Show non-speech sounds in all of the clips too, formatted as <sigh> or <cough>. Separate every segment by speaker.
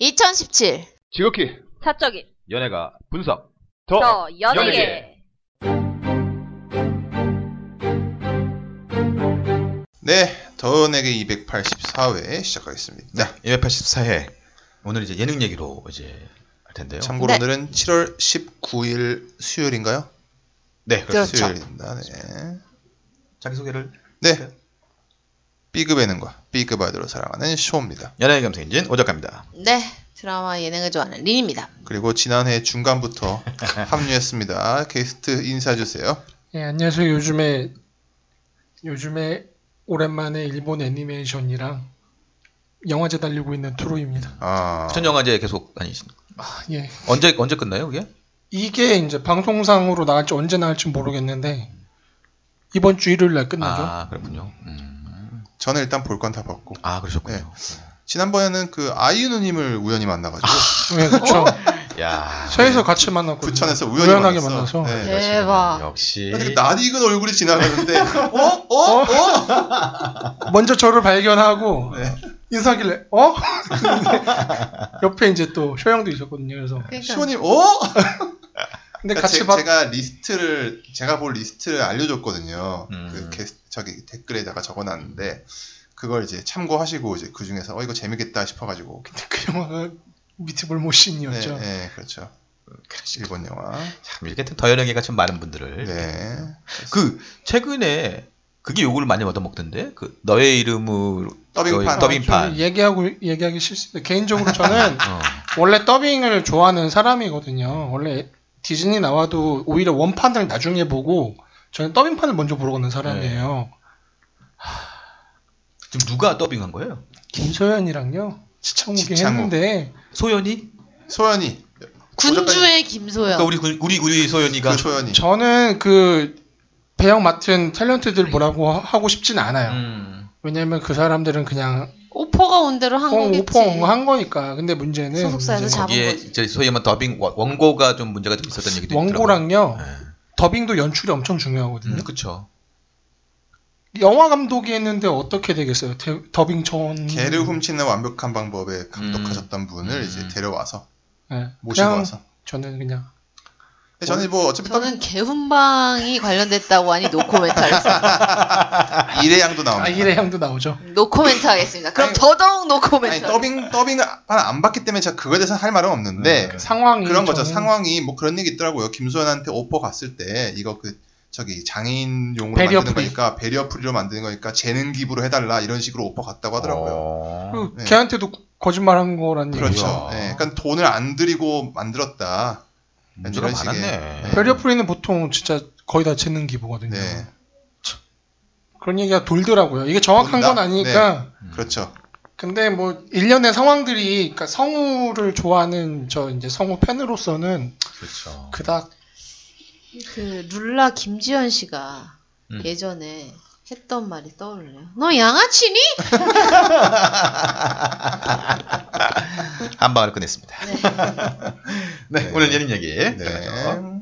Speaker 1: 2017
Speaker 2: 지극히
Speaker 3: 사적인
Speaker 2: 연예가 분석 더
Speaker 3: 더 어, 연예계
Speaker 2: 연예계.
Speaker 4: 네, 더은에게 284회
Speaker 5: 네.
Speaker 4: 시작하겠습니다.
Speaker 5: 284회 오늘 이제 예능 얘기로 이제 할 텐데요.
Speaker 4: 참고로
Speaker 1: 네.
Speaker 4: 오늘은 7월 19일 수요일인가요?
Speaker 5: 네,
Speaker 1: 그렇죠.
Speaker 5: 그렇습니다.
Speaker 4: 수요일입니다. 네.
Speaker 5: 자기 소개를
Speaker 4: 네. B급 예능과 B급 아이돌을 사랑하는 쇼입니다.
Speaker 5: 연예인 감성인진 오작가입니다.
Speaker 1: 네 드라마 예능을 좋아하는 린입니다
Speaker 4: 그리고 지난해 중간부터 합류했습니다. 게스트 인사해주세요.
Speaker 6: 네, 안녕하세요. 요즘에 요즘에 오랜만에 일본 애니메이션이랑 영화제 달리고 있는 투루입니다.
Speaker 4: 아,
Speaker 5: 부천 영화제 계속 다니신.
Speaker 6: 아, 예.
Speaker 5: 언제 언제 끝나요, 그게?
Speaker 6: 이게 이제 방송상으로 나올지 언제 나올지 모르겠는데 이번 주 일요일 날 끝나죠.
Speaker 5: 아, 그렇군요. 음.
Speaker 4: 저는 일단 볼 건 다 봤고
Speaker 5: 아, 그러셨군요.
Speaker 4: 지난번에는 그 아이유 누님을 우연히 만나가지고 <laughs>
Speaker 6: 네, 그렇죠.
Speaker 5: 야.
Speaker 6: 서에서 같이 만났고
Speaker 4: 그 부천에서 우연히
Speaker 6: 하게
Speaker 4: 만났어.
Speaker 6: 만나서
Speaker 4: 네.
Speaker 5: 예.
Speaker 1: 대박.
Speaker 5: 역시.
Speaker 4: 아, 근데 낯익은 얼굴이 지나가는데 어? 어? 어?
Speaker 6: <laughs> 먼저 저를 발견하고
Speaker 4: 네.
Speaker 6: 인사하길래 어? 근데
Speaker 4: <laughs>
Speaker 6: 옆에 이제 또 쇼영도 있었거든요. 그래서
Speaker 4: 쇼님 어?
Speaker 6: 근데
Speaker 4: 그러니까
Speaker 6: 같이
Speaker 4: 제,
Speaker 6: 봤
Speaker 4: 제가 리스트를 제가 볼 리스트를 알려줬거든요.
Speaker 5: 음.
Speaker 4: 그 게스- 저기 댓글에다가 적어놨는데 그걸 이제 참고하시고 이제 그 중에서 어 이거 재밌겠다 싶어가지고
Speaker 6: 그 영화가 미트볼
Speaker 4: 네,
Speaker 6: 모신이었죠.
Speaker 4: 네, 그렇죠. 일본 영화.
Speaker 5: 참 이렇게 더 연예계가 참 많은 분들을.
Speaker 4: 네.
Speaker 5: 그 최근에 그게 욕을 많이 얻어먹던데. 그 너의 이름으로
Speaker 4: 더빙판.
Speaker 5: 너의 더빙판.
Speaker 6: 저는 얘기하고 얘기하기 싫습니다.
Speaker 4: <laughs>
Speaker 6: 개인적으로 저는
Speaker 4: 아,
Speaker 5: 어.
Speaker 6: 원래 더빙을 좋아하는 사람이거든요. 원래 디즈니 나와도 오히려 원판을 나중에 보고 저는 더빙판을 먼저 보러 가는 사람이에요.
Speaker 4: 네.
Speaker 5: 지금 누가 더빙한 거예요?
Speaker 6: 김소연이랑요. 시청오게
Speaker 4: 지창호.
Speaker 6: 했는데
Speaker 4: 네.
Speaker 5: 소연이?
Speaker 4: 소연이.
Speaker 1: 군주의 김소연
Speaker 5: 그러니까 우리 군- 우리 우리 소연이가
Speaker 4: 그 소연이.
Speaker 6: 저는 그 배역 맡은
Speaker 4: 네.
Speaker 6: 탤런트들 뭐라고 하- 하고 싶진 않아요.
Speaker 5: 음.
Speaker 6: 왜냐면 그 사람들은 그냥
Speaker 1: 오퍼가 온 대로 한
Speaker 6: 뽕
Speaker 1: 거겠지
Speaker 6: 오펑 한 거니까. 근데 문제는
Speaker 1: 소속사에서
Speaker 6: 이제
Speaker 1: 잡은
Speaker 5: 거기에
Speaker 1: 거지.
Speaker 5: 이제 소위 말하면 더빙 원- 원고가 좀 문제가 좀 있었던 얘기도
Speaker 4: 네.
Speaker 6: 원고랑요.
Speaker 5: 있더라고요.
Speaker 6: 더빙도 연출이 엄청
Speaker 5: 예.
Speaker 6: 중요하거든요.
Speaker 5: 음, 그쵸.
Speaker 6: 영화 감독이 했는데 어떻게 되겠어요? 데- 더빙 전
Speaker 4: 개를 훔치는 완벽한 방법에 감독하셨던 분을 이제
Speaker 5: 음.
Speaker 4: 데려와서
Speaker 6: 네,
Speaker 4: 모시고
Speaker 6: 그냥
Speaker 4: 와서.
Speaker 6: 저는 그냥
Speaker 4: 근데 저는 뭐 어차피 더
Speaker 1: 저는 개훈방이 관련됐다고 하니 노코멘트 하겠습니다
Speaker 4: 일의 양도 아, 나옵니다.
Speaker 6: 아일의 향도 나오죠.
Speaker 1: 노코멘트 하겠습니다 그럼
Speaker 4: 아니,
Speaker 1: 더더욱
Speaker 4: 아니,
Speaker 1: 노코멘트
Speaker 4: 더빙 더빙을 안 받기 때문에 제가 그거에 대해서 할 말은 없는데
Speaker 6: 상황이
Speaker 4: 그런 거죠.
Speaker 6: 저는
Speaker 4: 상황이 뭐 그런 얘기 있더라고요. 김소연한테 오퍼 갔을 때 이거 그 저기 장애인용으로
Speaker 6: 배리어
Speaker 4: 만드는
Speaker 6: 프리.
Speaker 4: 거니까 배리어 프리로 만드는 거니까 재능 기부로 해달라 이런 식으로 오퍼 갔다고 하더라고요.
Speaker 5: 어.
Speaker 6: 그
Speaker 4: 네.
Speaker 6: 걔한테도 거짓말한 거란 얘기.
Speaker 4: 그렇죠.
Speaker 5: 뭐야.
Speaker 4: 예, 그러니까 돈을 안 들이고 만들었다.
Speaker 5: 문제가
Speaker 4: 이런 식의-
Speaker 5: 많았네.
Speaker 4: 네.
Speaker 6: 베리어프리는 보통 진짜 거의 다 재능 기부거든요.
Speaker 4: 네,
Speaker 6: 그런 얘기가 돌더라고요. 이게 정확한
Speaker 4: 돈다.
Speaker 6: 건 아니니까.
Speaker 5: 음.
Speaker 4: 그렇죠.
Speaker 6: 근데 뭐 일련의 상황들이 그러니까 성우를 좋아하는 저 이제 성우 팬으로서는
Speaker 5: 그렇죠.
Speaker 6: 그닥
Speaker 1: 그 룰라 김지현 씨가
Speaker 5: 음.
Speaker 1: 예전에 했던 말이 떠오르네요 너 양아치니?
Speaker 5: 한 방을 끝냈습니다.
Speaker 1: 네.
Speaker 5: <laughs> 네,
Speaker 4: 네.
Speaker 5: 오늘 예능 얘기.
Speaker 4: 네.
Speaker 5: 들어가죠.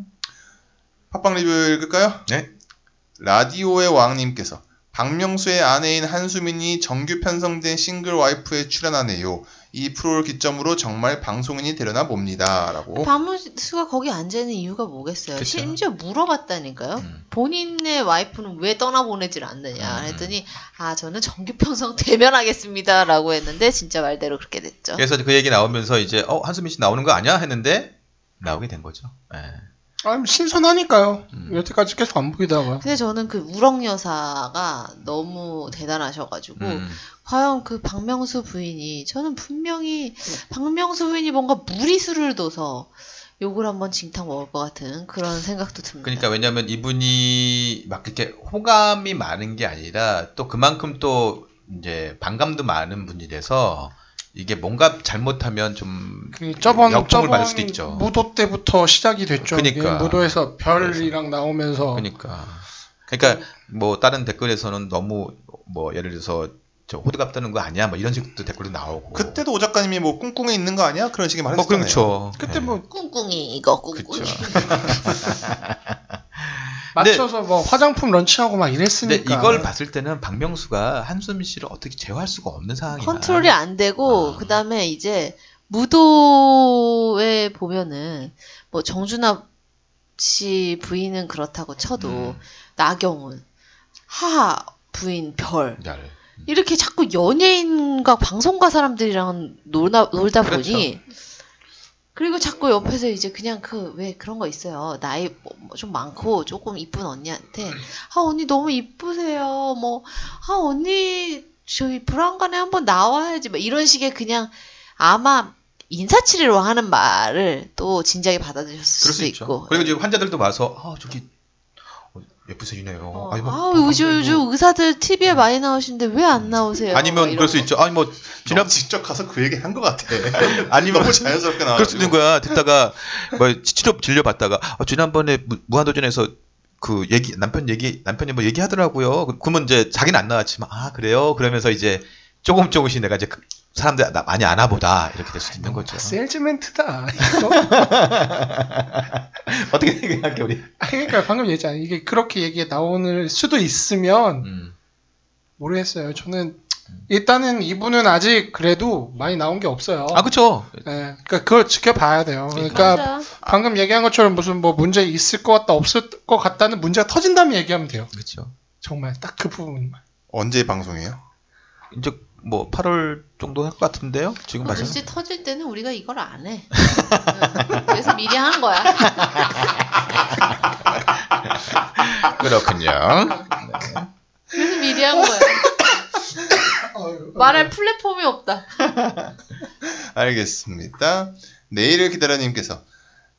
Speaker 4: 팟빵 리뷰 읽을까요?
Speaker 5: 네.
Speaker 4: 라디오의 왕님께서 박명수의 아내인 한수민이 정규 편성된 싱글 와이프에 출연하네요. 이 프로를 기점으로 정말 방송인이 되려나 봅니다라고.
Speaker 1: 박문수가 거기 앉아있는 이유가 뭐겠어요
Speaker 5: 뭐? 그쵸.
Speaker 1: 심지어 물어봤다니까요
Speaker 5: 음.
Speaker 1: 본인의 와이프는 왜 떠나보내질 않느냐
Speaker 5: 음.
Speaker 1: 했더니 아 저는 정규 <laughs> 편성 대면하겠습니다라고 했는데 진짜 말대로 그렇게 됐죠.
Speaker 5: 그래서 그 얘기 나오면서 이제 어 한수민 씨 나오는 거 아니야 했는데 나오게 된 거죠. 예.
Speaker 6: 아, 신선하니까요.
Speaker 5: 음.
Speaker 6: 여태까지 계속 안 보이다가
Speaker 1: 근데 저는 그 우렁 여사가 너무 대단하셔가지고
Speaker 5: 음.
Speaker 1: 과연 그 박명수 부인이 저는 분명히
Speaker 5: 음.
Speaker 1: 박명수 부인이 뭔가 무리수를 둬서 욕을 한번 징탕 먹을 것 같은 그런 생각도 듭니다.
Speaker 5: 그러니까 왜냐면 이분이 막 그렇게 호감이 많은 게 아니라 또 그만큼 또 이제 반감도 많은 분이 돼서 이게 뭔가 잘못하면 좀
Speaker 6: 그 저번
Speaker 5: 역풍을
Speaker 6: 저번
Speaker 5: 받을 수도 있죠.
Speaker 6: 무도 때부터 시작이 됐죠. 이게
Speaker 5: 그니까.
Speaker 6: 무도에서 별이랑
Speaker 4: 어.
Speaker 6: 나오면서
Speaker 5: 그러니까. 그러니까 뭐 다른 댓글에서는 너무 뭐 예를 들어서 저 호드갑 다는거 아니야? 뭐 이런 식도 댓글도 나오고.
Speaker 4: 그때도 오 작가님이 뭐 꿍꿍에 있는 거 아니야? 그런 식의 말을
Speaker 5: 뭐
Speaker 4: 했잖아요.
Speaker 5: 그렇죠.
Speaker 6: 그때
Speaker 5: 예.
Speaker 6: 뭐
Speaker 1: 꿍꿍이 이거 꿍꿍이
Speaker 5: 그쵸.
Speaker 6: 맞춰서 뭐 화장품 런칭하고 막
Speaker 5: 근데
Speaker 6: 이랬으니까.
Speaker 5: 이걸 봤을 때는 박명수가 한수민 씨를 어떻게 제어할 수가 없는 상황이야.
Speaker 1: 컨트롤이 안 되고
Speaker 5: 아.
Speaker 1: 그다음에 이제 무도에 보면은 뭐 정준하 씨 부인은 그렇다고 쳐도
Speaker 5: 음.
Speaker 1: 나경원 하하 부인 별
Speaker 5: 날.
Speaker 1: 이렇게 자꾸 연예인과 방송가 사람들이랑 놀다, 놀다
Speaker 5: 그렇죠.
Speaker 1: 보니 그리고 자꾸 옆에서 이제 그냥 그 왜 그런 거 있어요 나이 뭐좀 많고 조금 이쁜 언니한테 아 언니 너무 이쁘세요 뭐 아 언니 저희 불안간에 한번 나와야지 막 이런 식의 그냥 아마 인사치레로 하는 말을 또 진작에 받아들였을
Speaker 5: 그럴 수
Speaker 1: 수도
Speaker 5: 있죠.
Speaker 1: 있고
Speaker 5: 그리고 이제 환자들도 와서 아 저기 어, 예쁘세요.
Speaker 1: 어,
Speaker 5: 아니, 뭐,
Speaker 1: 아, 요즘, 요즘 의사들 TV에 많이 나오시는데 왜 안 나오세요? 막
Speaker 5: 아니면
Speaker 1: 이런
Speaker 5: 그럴 수
Speaker 1: 거.
Speaker 5: 있죠. 아니
Speaker 4: <laughs>
Speaker 5: 뭐
Speaker 4: 지난
Speaker 5: 지난
Speaker 4: 직접 가서 그 얘기 한 것 같아. <laughs>
Speaker 5: 아니면
Speaker 4: 너무 자연스럽게 나와.
Speaker 5: 네. 그럴 수도 있는 거야. 듣다가 <laughs> 뭐 치료 진료 받다가 아, 지난번에 무- 무한도전에서 그 얘기 남편 얘기 남편이 뭐 얘기하더라고요. 그- 그러면 이제 자기는 안 나왔지만 아 그래요. 그러면서 이제 조금 조금씩 내가 이제 그 사람들 나 많이 아나 보다 이렇게 될 수도 있는 거죠.
Speaker 6: 아, 셀즈멘트다. <laughs> 이거.
Speaker 5: 어떻게 생각해 우리?
Speaker 6: 아, 그러니까 방금 얘기했잖아요. 이게 그렇게 얘기 나오는 수도 있으면
Speaker 5: 음.
Speaker 6: 모르겠어요. 저는 일단은 이분은 아직 그래도 많이 나온 게 없어요.
Speaker 5: 아 그렇죠.
Speaker 6: 예, 그러니까 그걸 지켜봐야 돼요. 그러니까
Speaker 1: 맞아.
Speaker 6: 방금 얘기한 것처럼 무슨 뭐 문제 있을 것 같다 없을 것 같다는 문제가 터진 다음에 얘기하면 돼요.
Speaker 5: 그렇죠.
Speaker 6: 정말 딱 그 부분만.
Speaker 4: 언제 방송이에요?
Speaker 5: 이제 뭐 8월 정도 할 것 같은데요. 지금 맞아요.
Speaker 1: 글씨 어, 터질 때는 우리가 이걸 안 해. 응. 그래서 미리 하는 거야.
Speaker 5: 그렇군요.
Speaker 1: 그래서 미리 한 거야. 말할 플랫폼이 없다.
Speaker 4: 알겠습니다. 내일을 기다려님께서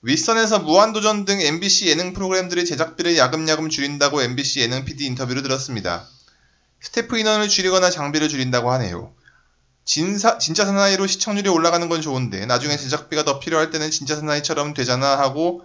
Speaker 4: 윗선에서 무한도전 등 MBC 예능 프로그램들의 제작비를 야금야금 줄인다고 MBC 예능 PD 인터뷰를 들었습니다. 스태프 인원을 줄이거나 장비를 줄인다고 하네요. 진사, 진짜 사나이로 시청률이 올라가는 건 좋은데 나중에 제작비가 더 필요할 때는 진짜 사나이처럼 되잖아 하고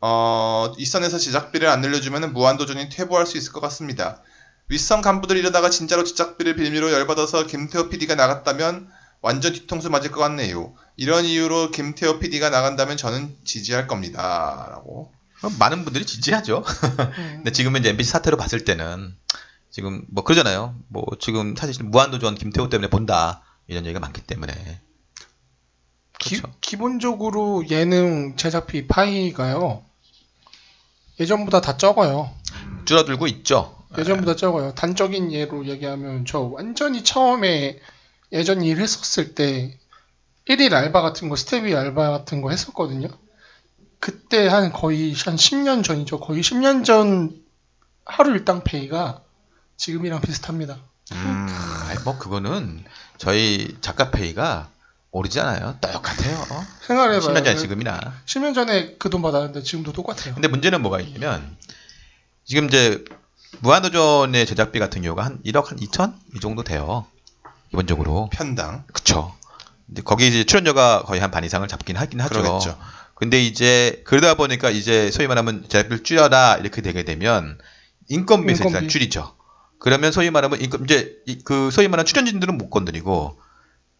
Speaker 4: 어, 윗선에서 제작비를 안 늘려주면 무한도전이 퇴보할 수 있을 것 같습니다. 윗선 간부들 이러다가 진짜로 제작비를 빌미로 열받아서 김태호 PD가 나갔다면 완전 뒤통수 맞을 것 같네요. 이런 이유로 김태호 PD가 나간다면 저는 지지할 겁니다. 라고.
Speaker 5: 그럼 많은 분들이 지지하죠. 근데 지금 이제 MBC 사태로 봤을 때는 지금 뭐 그러잖아요. 뭐 지금 사실 무한도전 김태호 때문에 본다 이런 얘기가 많기 때문에
Speaker 6: 기,
Speaker 5: 그렇죠.
Speaker 6: 기본적으로 예능 제작비 파이가요. 예전보다 다 적어요.
Speaker 5: 줄어들고 있죠.
Speaker 6: 예전보다 적어요. 단적인 예로 얘기하면 저 완전히 처음에 예전 일 했었을 때 1일 알바 같은 거, 스텝이 알바 같은 거 했었거든요. 그때 한 거의 한 10년 전이죠. 거의 10년 전 하루 일당 페이가 지금이랑 비슷합니다.
Speaker 5: 음, 아니 뭐 그거는 저희 작가 페이가 오르지 않아요. 똑같아요. 어?
Speaker 6: 생각해봐요.
Speaker 5: 10년 전 지금이나.
Speaker 6: 10년 전에 그 돈 받았는데 지금도 똑같아요.
Speaker 5: 근데 문제는 뭐가 있냐면 지금 이제 무한도전의 제작비 같은 경우가 한 1억 한 2천 이 정도 돼요. 기본적으로.
Speaker 4: 편당.
Speaker 5: 그쵸. 근데 거기 이제 출연료가 거의 한 반 이상을 잡긴 하긴 하죠.
Speaker 4: 그러겠죠.
Speaker 5: 근데 이제 그러다 보니까 이제 소위 말하면 제작비를 줄여라 이렇게 되게 되면 인건비에서 일단
Speaker 6: 인건비.
Speaker 5: 줄이죠. 그러면 소위 말하면 인건 이제 이- 그 소위 말하는 출연진들은 못 건드리고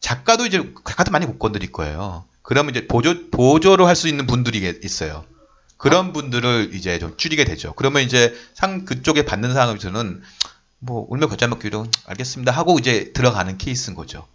Speaker 5: 작가도 이제 작가도 많이 못 건드릴 거예요. 그러면 이제 보조 보조로 할 수 있는 분들이 있어요. 그런
Speaker 4: 아.
Speaker 5: 분들을 이제 좀 줄이게 되죠. 그러면 이제 상 그쪽에 받는 상황에서는 뭐 울며 겨자 먹기로 알겠습니다 하고 이제 들어가는 케이스인 거죠.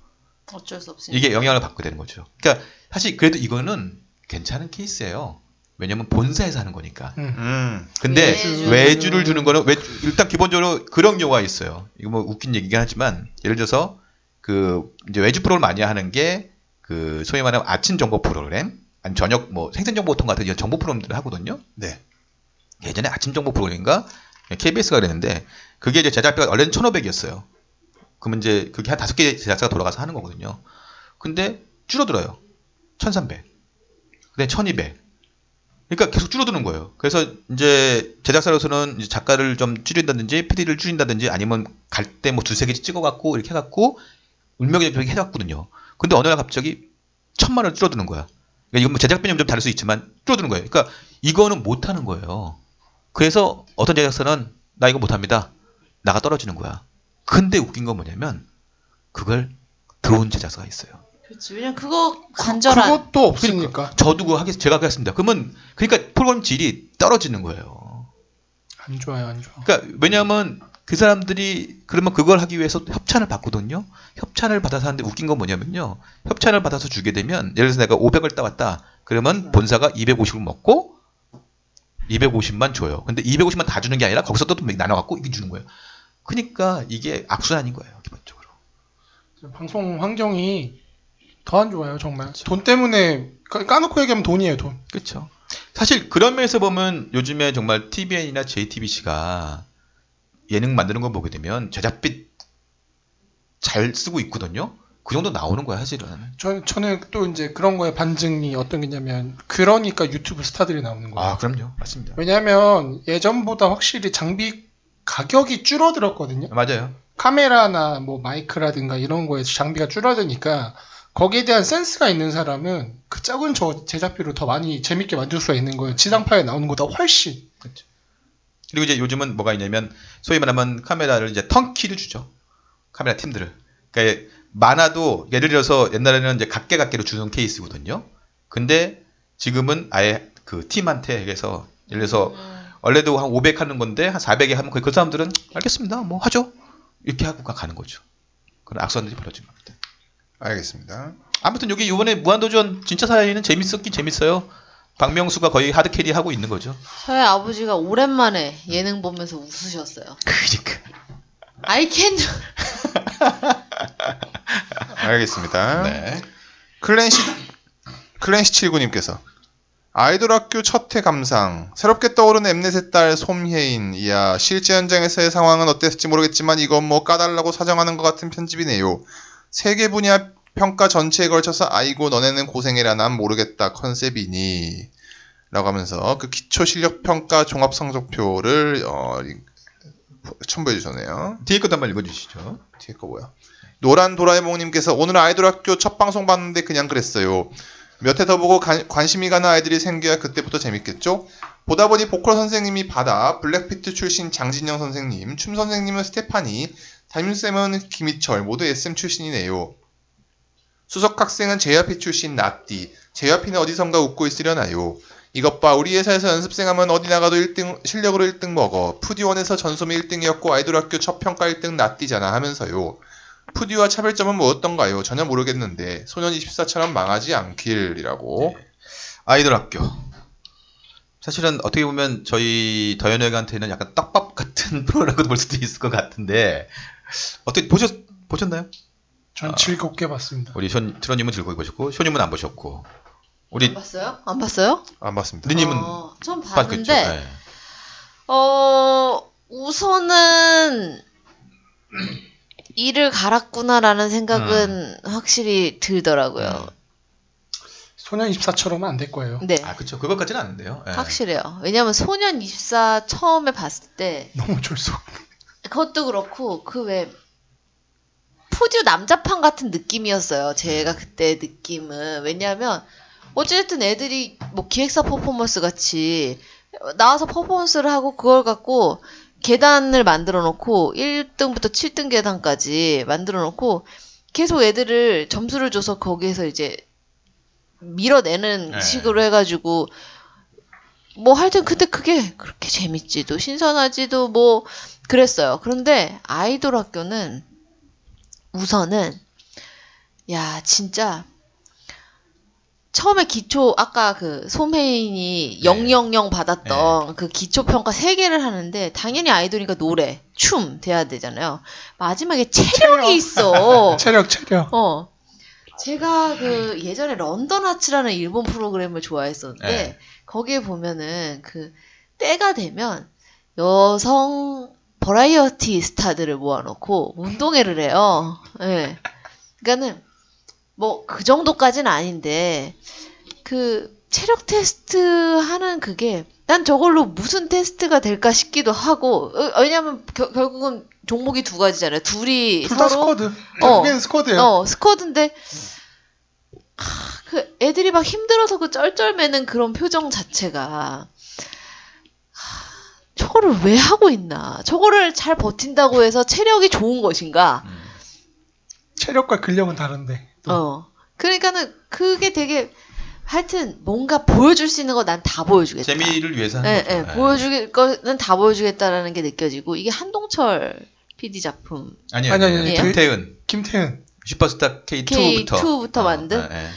Speaker 1: 어쩔 수 없이.
Speaker 5: 이게 영향을 받게 되는 거죠. 그러니까 사실 그래도 이거는 괜찮은 케이스예요. 왜냐면 본사에서 하는 거니까.
Speaker 6: 음.
Speaker 4: 음.
Speaker 5: 근데
Speaker 6: 네.
Speaker 1: 외주.
Speaker 5: 네. 외주를 주는 거는 외- 일단 기본적으로 그런 경우가 있어요. 이거 뭐 웃긴 얘기긴 하지만 예를 들어서 그 이제 외주 프로를 많이 하는 게 그 소위 말하는 아침 정보 프로그램 아니 저녁 뭐 생생 정보통 같은 이런 정보 프로그램들을 하거든요.
Speaker 4: 네.
Speaker 5: 예전에 아침 정보 프로그램인가 KBS가 그랬는데 그게 이제 제작비가 원래는 1,500이었어요. 그러면 이제 그게 한 다섯 개 제작사가 돌아가서 하는 거거든요. 근데 줄어들어요. 1,300. 근데 1,200. 그러니까 계속 줄어드는 거예요. 그래서 이제 제작사로서는 이제 작가를 좀 줄인다든지 PD를 줄인다든지 아니면 갈 때 뭐 두세 개 찍어갖고 이렇게 해갖고 울명이적이 해놨거든요. 근데 어느 날 갑자기 천만 원 줄어드는 거야. 그러니까 이건 뭐 제작비는 좀 다를 수 있지만 줄어드는 거예요. 그러니까 이거는 못 하는 거예요. 그래서 어떤 제작사는 나 이거 못합니다. 나가 떨어지는 거야. 근데 웃긴 건 뭐냐면 그걸 들어온 제작사가 있어요.
Speaker 1: 그렇지. 왜냐면 그거 간절한.
Speaker 6: 그것도 없으니까
Speaker 5: 저도 그거 하겠, 제가 하겠습니다. 그러면 그러니까 프로그램 질이 떨어지는 거예요.
Speaker 6: 안 좋아요, 안 좋아.
Speaker 5: 그러니까 왜냐하면 그 사람들이 그러면 그걸 하기 위해서 협찬을 받거든요. 협찬을 받아서 하는데 웃긴 건 뭐냐면요. 협찬을 받아서 주게 되면 예를 들어서 내가 500을 따왔다. 그러면 본사가 250을 먹고 250만 줘요. 근데 250만 다 주는 게 아니라 거기서 또 나눠갖고 이게 주는 거예요. 그러니까 이게 악순환인 거예요. 기본적으로.
Speaker 6: 그 방송 환경이 더 안 좋아요 정말. 돈 때문에 까- 까놓고 얘기하면 돈이에요 돈.
Speaker 5: 그렇죠. 사실 그런 면에서 보면 요즘에 정말 TVN이나 JTBC가 예능 만드는 거 보게 되면 제작비 잘 쓰고 있거든요. 그 정도 나오는 거야 사실은.
Speaker 6: 저, 저는 또 이제 그런 거에 반증이 어떤 게냐면 그러니까 유튜브 스타들이 나오는 거예요.
Speaker 5: 아 그럼요. 맞습니다.
Speaker 6: 왜냐하면 예전보다 확실히 장비 가격이 줄어들었거든요.
Speaker 5: 맞아요.
Speaker 6: 카메라나 뭐 마이크라든가 이런 거에 장비가 줄어드니까 거기에 대한 센스가 있는 사람은 그 작은 저 제작비로 더 많이 재밌게 만들 수가 있는 거예요. 지상파에 나오는 거보다 훨씬.
Speaker 5: 그리고 이제 요즘은 뭐가 있냐면 소위 말하면 카메라를 이제 턴키를 주죠. 카메라 팀들을. 그러니까 많아도 예를 들어서 옛날에는 이제 각계 각계로 주는 케이스거든요. 근데 지금은 아예 그 팀한테 해서 예를 들어서 원래도 한 500 하는 건데 한 400에 하면 그, 그 사람들은 알겠습니다. 뭐 하죠. 이렇게 하고 가- 가는 거죠. 그런 악순환들이 벌어지는 겁니다.
Speaker 4: 알겠습니다.
Speaker 5: 아무튼 여기 이번에 무한도전 진짜 사연이는 재밌었긴 재밌어요. 박명수가 거의 하드캐리 하고 있는 거죠.
Speaker 1: 저의 아버지가 오랜만에 예능 보면서 웃으셨어요.
Speaker 5: 그러니까.
Speaker 1: I can do.
Speaker 4: 알겠습니다.
Speaker 5: 네.
Speaker 4: 클랜시 클랜시 79님께서 아이돌 학교 첫해 감상 새롭게 떠오른 엠넷의 딸 솜혜인 이야 실제 현장에서의 상황은 어땠을지 모르겠지만 이건 뭐 까달라고 사정하는 것 같은 편집이네요 세 개 분야 평가 전체에 걸쳐서 아이고 너네는 고생해라 난 모르겠다 컨셉이니 라고 하면서 그 기초 실력 평가 종합 성적표를 어, 이- 첨부해 주셨네요
Speaker 5: 뒤에 것도 한번 읽어주시죠.
Speaker 4: 뒤에 거 뭐야? 노란 도라에몽님께서 오늘 아이돌 학교 첫 방송 봤는데 그냥 그랬어요. 몇 회 더 보고 관- 관심이 가는 아이들이 생겨야 그때부터 재밌겠죠? 보다 보니 보컬 선생님이 바다, 블랙피트 출신 장진영 선생님, 춤 선생님은 스테파니, 담임쌤은 김희철 모두 SM 출신이네요. 수석 학생은 JYP 출신 나띠, JYP는 어디선가 웃고 있으려나요? 이것 봐 우리 회사에서 연습생하면 어디 나가도 1등 실력으로 1등 먹어 푸디원에서 전소미 1등이었고 아이돌 학교 첫 평가 1등 나띠잖아 하면서요 푸디와 차별점은 무엇던가요 전혀 모르겠는데 소년 24처럼 망하지 않길이라고
Speaker 5: 아이돌 학교. 사실은 어떻게 보면 저희 더현우에게한테는 약간 떡밥 같은 <laughs> 프로라고도 볼 수도 있을 것 같은데 어떻게 보셨 보셨나요?
Speaker 6: 전
Speaker 5: 아.
Speaker 6: 즐겁게 봤습니다.
Speaker 5: 우리 쇼- 트로님은 즐거이 보셨고 쇼님은 안 보셨고
Speaker 1: 안
Speaker 5: 우리
Speaker 1: 봤어요? 안 봤어요?
Speaker 4: 안 봤습니다
Speaker 5: 느님은
Speaker 1: 어, 전
Speaker 5: 봤겠죠.
Speaker 1: 봤는데
Speaker 5: 네.
Speaker 1: 어 우선은 이를 갈았구나라는
Speaker 5: 음.
Speaker 1: 생각은 확실히 들더라고요.
Speaker 6: 소년 24처럼은 안 될 거예요.
Speaker 1: 네.
Speaker 5: 아 그렇죠. 그것까지는 아닌데요. 네.
Speaker 1: 확실해요. 왜냐면 소년 24 처음에 봤을 때
Speaker 6: 너무 졸속.
Speaker 1: 그것도 그렇고 그 왜 푸듀 남자판 같은 느낌이었어요. 제가 그때 느낌은 왜냐하면 어쨌든 애들이 뭐 기획사 퍼포먼스 같이 나와서 퍼포먼스를 하고 그걸 갖고 계단을 만들어 놓고 1등부터 7등 계단까지 만들어 놓고 계속 애들을 점수를 줘서 거기에서 이제 밀어내는
Speaker 5: 네.
Speaker 1: 식으로 해가지고 뭐 하여튼 근데 그게 그렇게 재밌지도 신선하지도 뭐 그랬어요. 그런데 아이돌 학교는 우선은 야 진짜 처음에 기초 아까 그 소메인이
Speaker 5: 네.
Speaker 1: 000 받았던 그 기초 평가 세개를 하는데 당연히 아이돌이니까 노래, 춤 돼야 되잖아요. 마지막에 체력이 있어.
Speaker 6: <laughs> 체력 체력.
Speaker 1: 어. 제가 그 예전에 런던 아츠라는 일본 프로그램을 좋아했었는데
Speaker 5: 네.
Speaker 1: 거기에 보면은 그 때가 되면 여성 버라이어티 스타들을 모아놓고 운동회를 해요. 예. 그러니까는 뭐 그 정도까지는 아닌데 그 체력 테스트 하는 그게 난 저걸로 무슨 테스트가 될까 싶기도 하고 어, 왜냐면 겨- 결국은 종목이 두 가지잖아요. 둘이
Speaker 6: 둘 다
Speaker 1: 서로
Speaker 6: 스쿼드. 결국엔 스쿼드예요.
Speaker 1: 어, 스쿼드인데 하, 그 애들이 막 힘들어서 그 쩔쩔매는 그런 표정 자체가 하, 저거를 왜 하고 있나? 저거를 잘 버틴다고 해서 체력이 좋은 것인가?
Speaker 5: 음.
Speaker 6: 체력과 근력은 다른데. 또.
Speaker 1: 어. 그러니까는 그게 어. 되게 하여튼 뭔가 보여줄 수 있는 거 난 다 보여주겠다.
Speaker 5: 재미를 위해서 하는
Speaker 1: 예,
Speaker 5: 거죠.
Speaker 1: 예, 보여줄 거는 다 보여주겠다라는 게 느껴지고 이게 한동철 PD 작품
Speaker 5: 아니요. 아니,
Speaker 6: 아니, 아니,
Speaker 5: 아니,
Speaker 1: 아니에요?
Speaker 5: 김태은
Speaker 6: 김태현
Speaker 5: 슈퍼스타 K2부터
Speaker 1: K2부터 만든?
Speaker 5: 예, 예.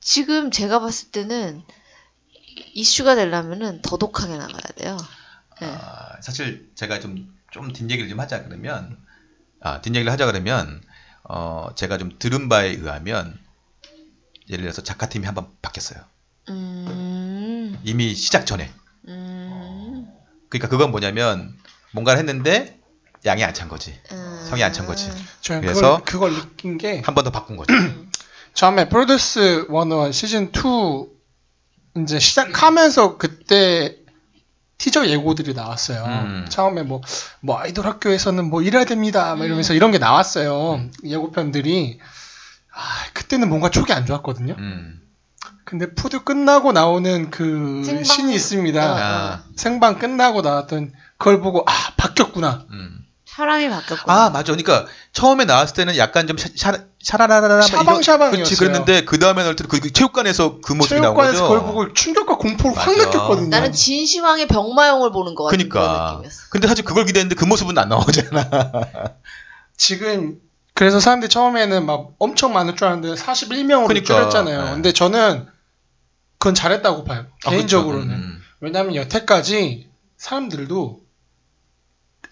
Speaker 1: 지금 제가 봤을 때는 이슈가 되려면은 더 독하게 나가야 돼요. 예.
Speaker 6: 네.
Speaker 5: 아, 사실 제가 좀 좀 뒷 얘기를 좀 하자 그러면 아, 뒷 얘기를 하자 그러면 어, 제가 좀 들은 바에 의하면 예를 들어서 작가팀이 한 번 바뀌었어요.
Speaker 1: 음,
Speaker 5: 이미 시작 전에.
Speaker 1: 음,
Speaker 5: 그러니까 그건 뭐냐면 뭔가를 했는데 양이 안 찬 거지.
Speaker 1: 음.
Speaker 5: 성이 안 찬 거지.
Speaker 6: 저는
Speaker 5: 그래서?
Speaker 6: 그걸, 그걸 느낀 게
Speaker 5: 한 번 더 바꾼 거지.
Speaker 6: 음. 처음에 프로듀스 101 시즌 2 이제 시작하면서 그때 티저 예고들이 나왔어요.
Speaker 5: 음.
Speaker 6: 처음에 뭐, 뭐 아이돌 학교에서는 뭐 이래야 됩니다. 막
Speaker 1: 음.
Speaker 6: 이러면서 이런 게 나왔어요.
Speaker 5: 음.
Speaker 6: 예고편들이. 아, 그때는 뭔가 촉이 안 좋았거든요.
Speaker 5: 음.
Speaker 6: 근데 푸드 끝나고 나오는 그
Speaker 1: 생방-
Speaker 6: 신이 있습니다.
Speaker 1: 어.
Speaker 5: 아,
Speaker 6: 생방 끝나고 나왔던 그걸 보고 아 바뀌었구나.
Speaker 5: 음.
Speaker 1: 사람이 바뀌었구나.
Speaker 5: 아 맞아. 그러니까 처음에 나왔을 때는 약간 좀 샤- 샤- 샤라라라라
Speaker 6: 샤방샤방이었어요.
Speaker 5: 뭐 그렇지 그랬는데 그 다음에 나올 때는 그, 그 체육관에서 그 모습이 나온 거죠.
Speaker 6: 체육관에서 그걸 보고 충격과 공포를 확
Speaker 5: 맞아.
Speaker 6: 느꼈거든요.
Speaker 1: 나는 진시황의 병마용을 보는 것 같은 그런
Speaker 5: 그러니까.
Speaker 1: 느낌이었어.
Speaker 5: 근데 사실 그걸 기대했는데 그 모습은 안 나오잖아.
Speaker 6: 지금 그래서 사람들이 처음에는 막 엄청 많을 줄 알았는데 41명으로
Speaker 5: 그러니까.
Speaker 6: 줄였잖아요.
Speaker 5: 네.
Speaker 6: 근데 저는 그건 잘했다고 봐요.
Speaker 5: 아,
Speaker 6: 개인적으로는.
Speaker 5: 그렇죠. 음.
Speaker 6: 왜냐하면 여태까지 사람들도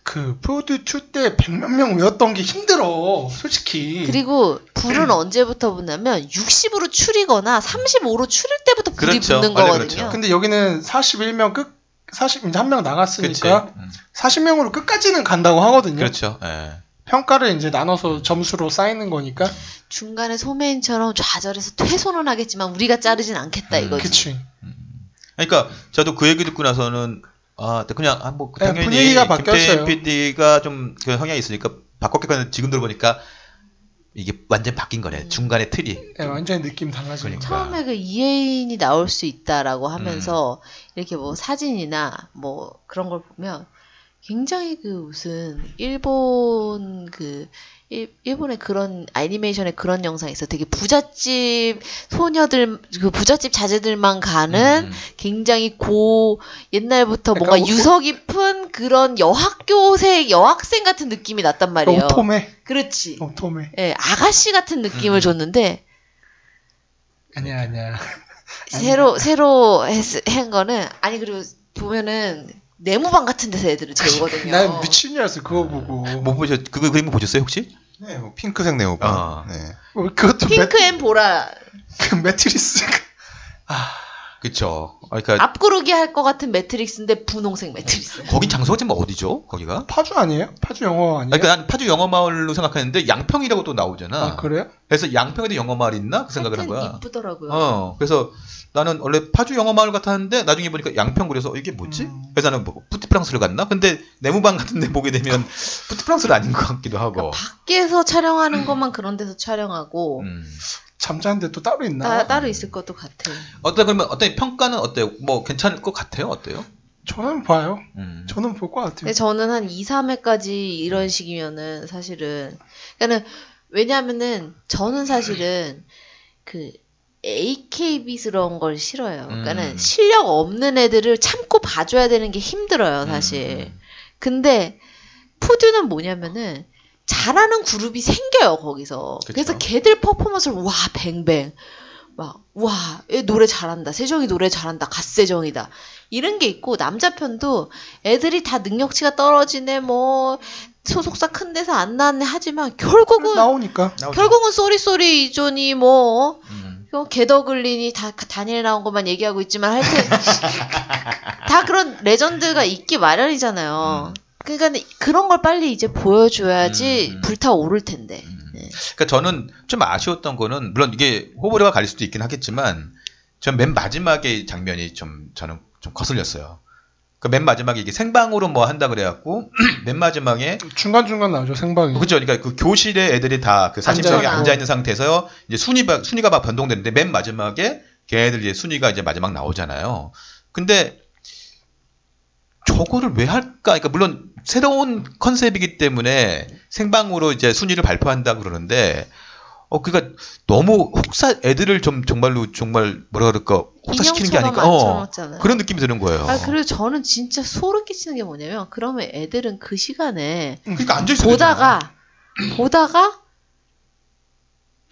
Speaker 6: 그 프로듀 2때 100몇 명 외웠던 게 힘들어. 솔직히.
Speaker 1: 그리고 불은 언제부터 붙냐면 60으로 추리거나 35로 추릴 때부터 불이
Speaker 5: 그렇죠.
Speaker 1: 붙는
Speaker 5: 원래
Speaker 1: 거거든요.
Speaker 5: 그렇죠.
Speaker 6: 근데 여기는 41명 끝 40, 이제 한 명
Speaker 5: 그치.
Speaker 6: 나갔으니까
Speaker 5: 음.
Speaker 6: 40명으로 끝까지는 간다고 하거든요.
Speaker 5: 그렇죠. 예.
Speaker 6: 평가를 이제 나눠서 점수로 쌓이는 거니까.
Speaker 1: 중간에 소매인처럼 좌절해서 퇴소는 하겠지만 우리가 자르진 않겠다
Speaker 5: 음,
Speaker 1: 이거지.
Speaker 6: 그치.
Speaker 5: 그러니까 저도 그 얘기 듣고 나서는 아 그냥 아, 뭐
Speaker 6: 네,
Speaker 5: 당연히
Speaker 6: 분위기가
Speaker 5: 김태현
Speaker 6: 바뀌었어요.
Speaker 5: PD가 좀그 성향이 있으니까 바꿨겠거든 지금 들어보니까 이게 완전 바뀐 거네. 중간에 틀이.
Speaker 6: 예, 완전히 느낌 달라지니까.
Speaker 5: 그러니까.
Speaker 1: 처음에 그 이혜인이 나올 수 있다라고
Speaker 6: 음.
Speaker 1: 하면서 이렇게 뭐 사진이나 뭐 그런 걸 보면 굉장히 그 무슨 일본 그 일, 일본의 그런 애니메이션의 그런 영상이 있어. 되게 부잣집 소녀들 그 부잣집 자제들만
Speaker 6: 네.
Speaker 1: 가는
Speaker 5: 음.
Speaker 1: 굉장히 고 옛날부터
Speaker 6: 약간
Speaker 1: 뭔가
Speaker 6: 오포-
Speaker 1: 유서 깊은 그런 여학교생 여학생 같은 느낌이 났단 말이에요.
Speaker 6: 어, 오토메. 어.
Speaker 1: 그렇지.
Speaker 6: 오토메.
Speaker 1: 예, 아가씨 같은 느낌을
Speaker 5: 음.
Speaker 1: 줬는데
Speaker 6: 아니야, 아니야.
Speaker 1: 새로 새로 했- 한 거는 아니 그리고 보면은 네모방 같은 데서 애들을 재우거든요.
Speaker 6: 난 미친 줄 알았어, 그거 보고.
Speaker 5: 뭐 보셨 그거 그림 보셨어요 혹시?
Speaker 4: 네, 뭐 핑크색 네오바.
Speaker 5: 아.
Speaker 4: 네.
Speaker 6: 어, 그것도 매,
Speaker 1: 핑크 앤 보라
Speaker 6: <laughs> 그 매트리스.
Speaker 5: 그쵸. 아, 그러니까
Speaker 1: 앞구르기 할 것 같은 매트릭스인데 분홍색
Speaker 5: <laughs>
Speaker 1: 매트릭스.
Speaker 6: 아.
Speaker 5: 거긴 장소가 지금 어디죠? 거기가?
Speaker 6: 파주 아니에요? 파주 영어 아니에요?
Speaker 5: 아니, 그러니까 난 파주 영어 마을로 생각했는데 양평이라고 또 나오잖아.
Speaker 6: 아, 그래요?
Speaker 5: 그래서 양평에도 영어 마을이 있나? 그 생각을 한
Speaker 1: 하여튼
Speaker 5: 거야.
Speaker 1: 이쁘더라고요.
Speaker 5: 어,
Speaker 6: 음.
Speaker 5: 그래서 나는 원래 파주 영어 마을 같았는데 나중에 보니까 양평 그래서 이게 뭐지?
Speaker 6: 음.
Speaker 5: 그래서 나는 뭐 푸트프랑스를 갔나? 근데 네모방 같은데 보게
Speaker 6: <laughs>
Speaker 5: 되면 푸트프랑스는 아닌 것 같기도 하고.
Speaker 1: 그러니까
Speaker 6: 그러니까
Speaker 1: 밖에서 촬영하는 것만 그런 데서 촬영하고
Speaker 5: 뭐. 음.
Speaker 6: 잠자는데 또 따로 있나?
Speaker 1: 따, 따로 있을 것도 같아.
Speaker 5: 어때 그러면 어때 평가는 어때요? 뭐 괜찮을 것 같아요? 어때요?
Speaker 6: 저는 봐요.
Speaker 5: 음.
Speaker 6: 저는 볼 것 같아요.
Speaker 1: 근데 저는 한 2, 3회까지 이런 식이면은 사실은 그러니까는 왜냐면은 저는 사실은 그 AKB스러운 걸 싫어요. 그러니까는
Speaker 5: 음.
Speaker 1: 실력 없는 애들을 참고 봐줘야 되는 게 힘들어요, 사실.
Speaker 5: 음.
Speaker 1: 근데 푸드는 뭐냐면은 잘하는 그룹이 생겨요 거기서.
Speaker 5: 그쵸.
Speaker 1: 그래서 걔들 퍼포먼스를 와 뱅뱅 막와 노래 잘한다 세정이 노래 잘한다 갓세정이다 이런 게 있고 남자 편도 애들이 다 능력치가 떨어지네 뭐 소속사 큰 데서 안 나왔네 하지만 결국은
Speaker 6: 나오니까.
Speaker 5: 나오죠.
Speaker 1: 결국은 쏘리쏘리 이존이 뭐
Speaker 5: 음.
Speaker 1: 어, 개더글린이 다 다니엘 나온 것만 얘기하고 있지만
Speaker 5: <laughs>
Speaker 1: 하여튼 다 그런 레전드가 있기 마련이잖아요.
Speaker 5: 음.
Speaker 1: 그러니까 그런 걸 빨리 이제 보여줘야지
Speaker 5: 음, 음.
Speaker 1: 불타오를 텐데.
Speaker 5: 음.
Speaker 1: 네.
Speaker 5: 그러니까 저는 좀 아쉬웠던 거는 물론 이게 호불호가 갈릴 수도 있긴 하겠지만 전 맨 마지막에 장면이 좀 저는 좀 거슬렸어요. 그 맨 마지막에 이게 생방으로 뭐 한다 그래갖고 <clears throat> 맨 마지막에
Speaker 6: 중간중간 나오죠, 생방이.
Speaker 5: 그죠? 그러니까 그 교실에 애들이 다 그 40명이
Speaker 1: 앉아있고.
Speaker 5: 앉아 있는 상태에서 이제 순위가 순위가 막 변동되는데 맨 마지막에 걔네들 이제 순위가 이제 마지막 나오잖아요. 근데 저거를 왜 할까? 그러니까 물론 새로운 컨셉이기 때문에 생방으로 이제 순위를 발표한다 그러는데 어 그러니까 너무 혹사 애들을 좀 정말로 정말 뭐라 그럴까 혹사시키는 게
Speaker 1: 인형처럼
Speaker 5: 아닌가 어, 그렇죠.
Speaker 1: 만들었잖아요.
Speaker 5: 그런 느낌이 드는 거예요.
Speaker 1: 아, 그리고 저는 진짜 소름 끼치는 게 뭐냐면 그러면 애들은 그 시간에
Speaker 5: 그러니까 앉아 있어야
Speaker 1: 보다가 <clears throat> 보다가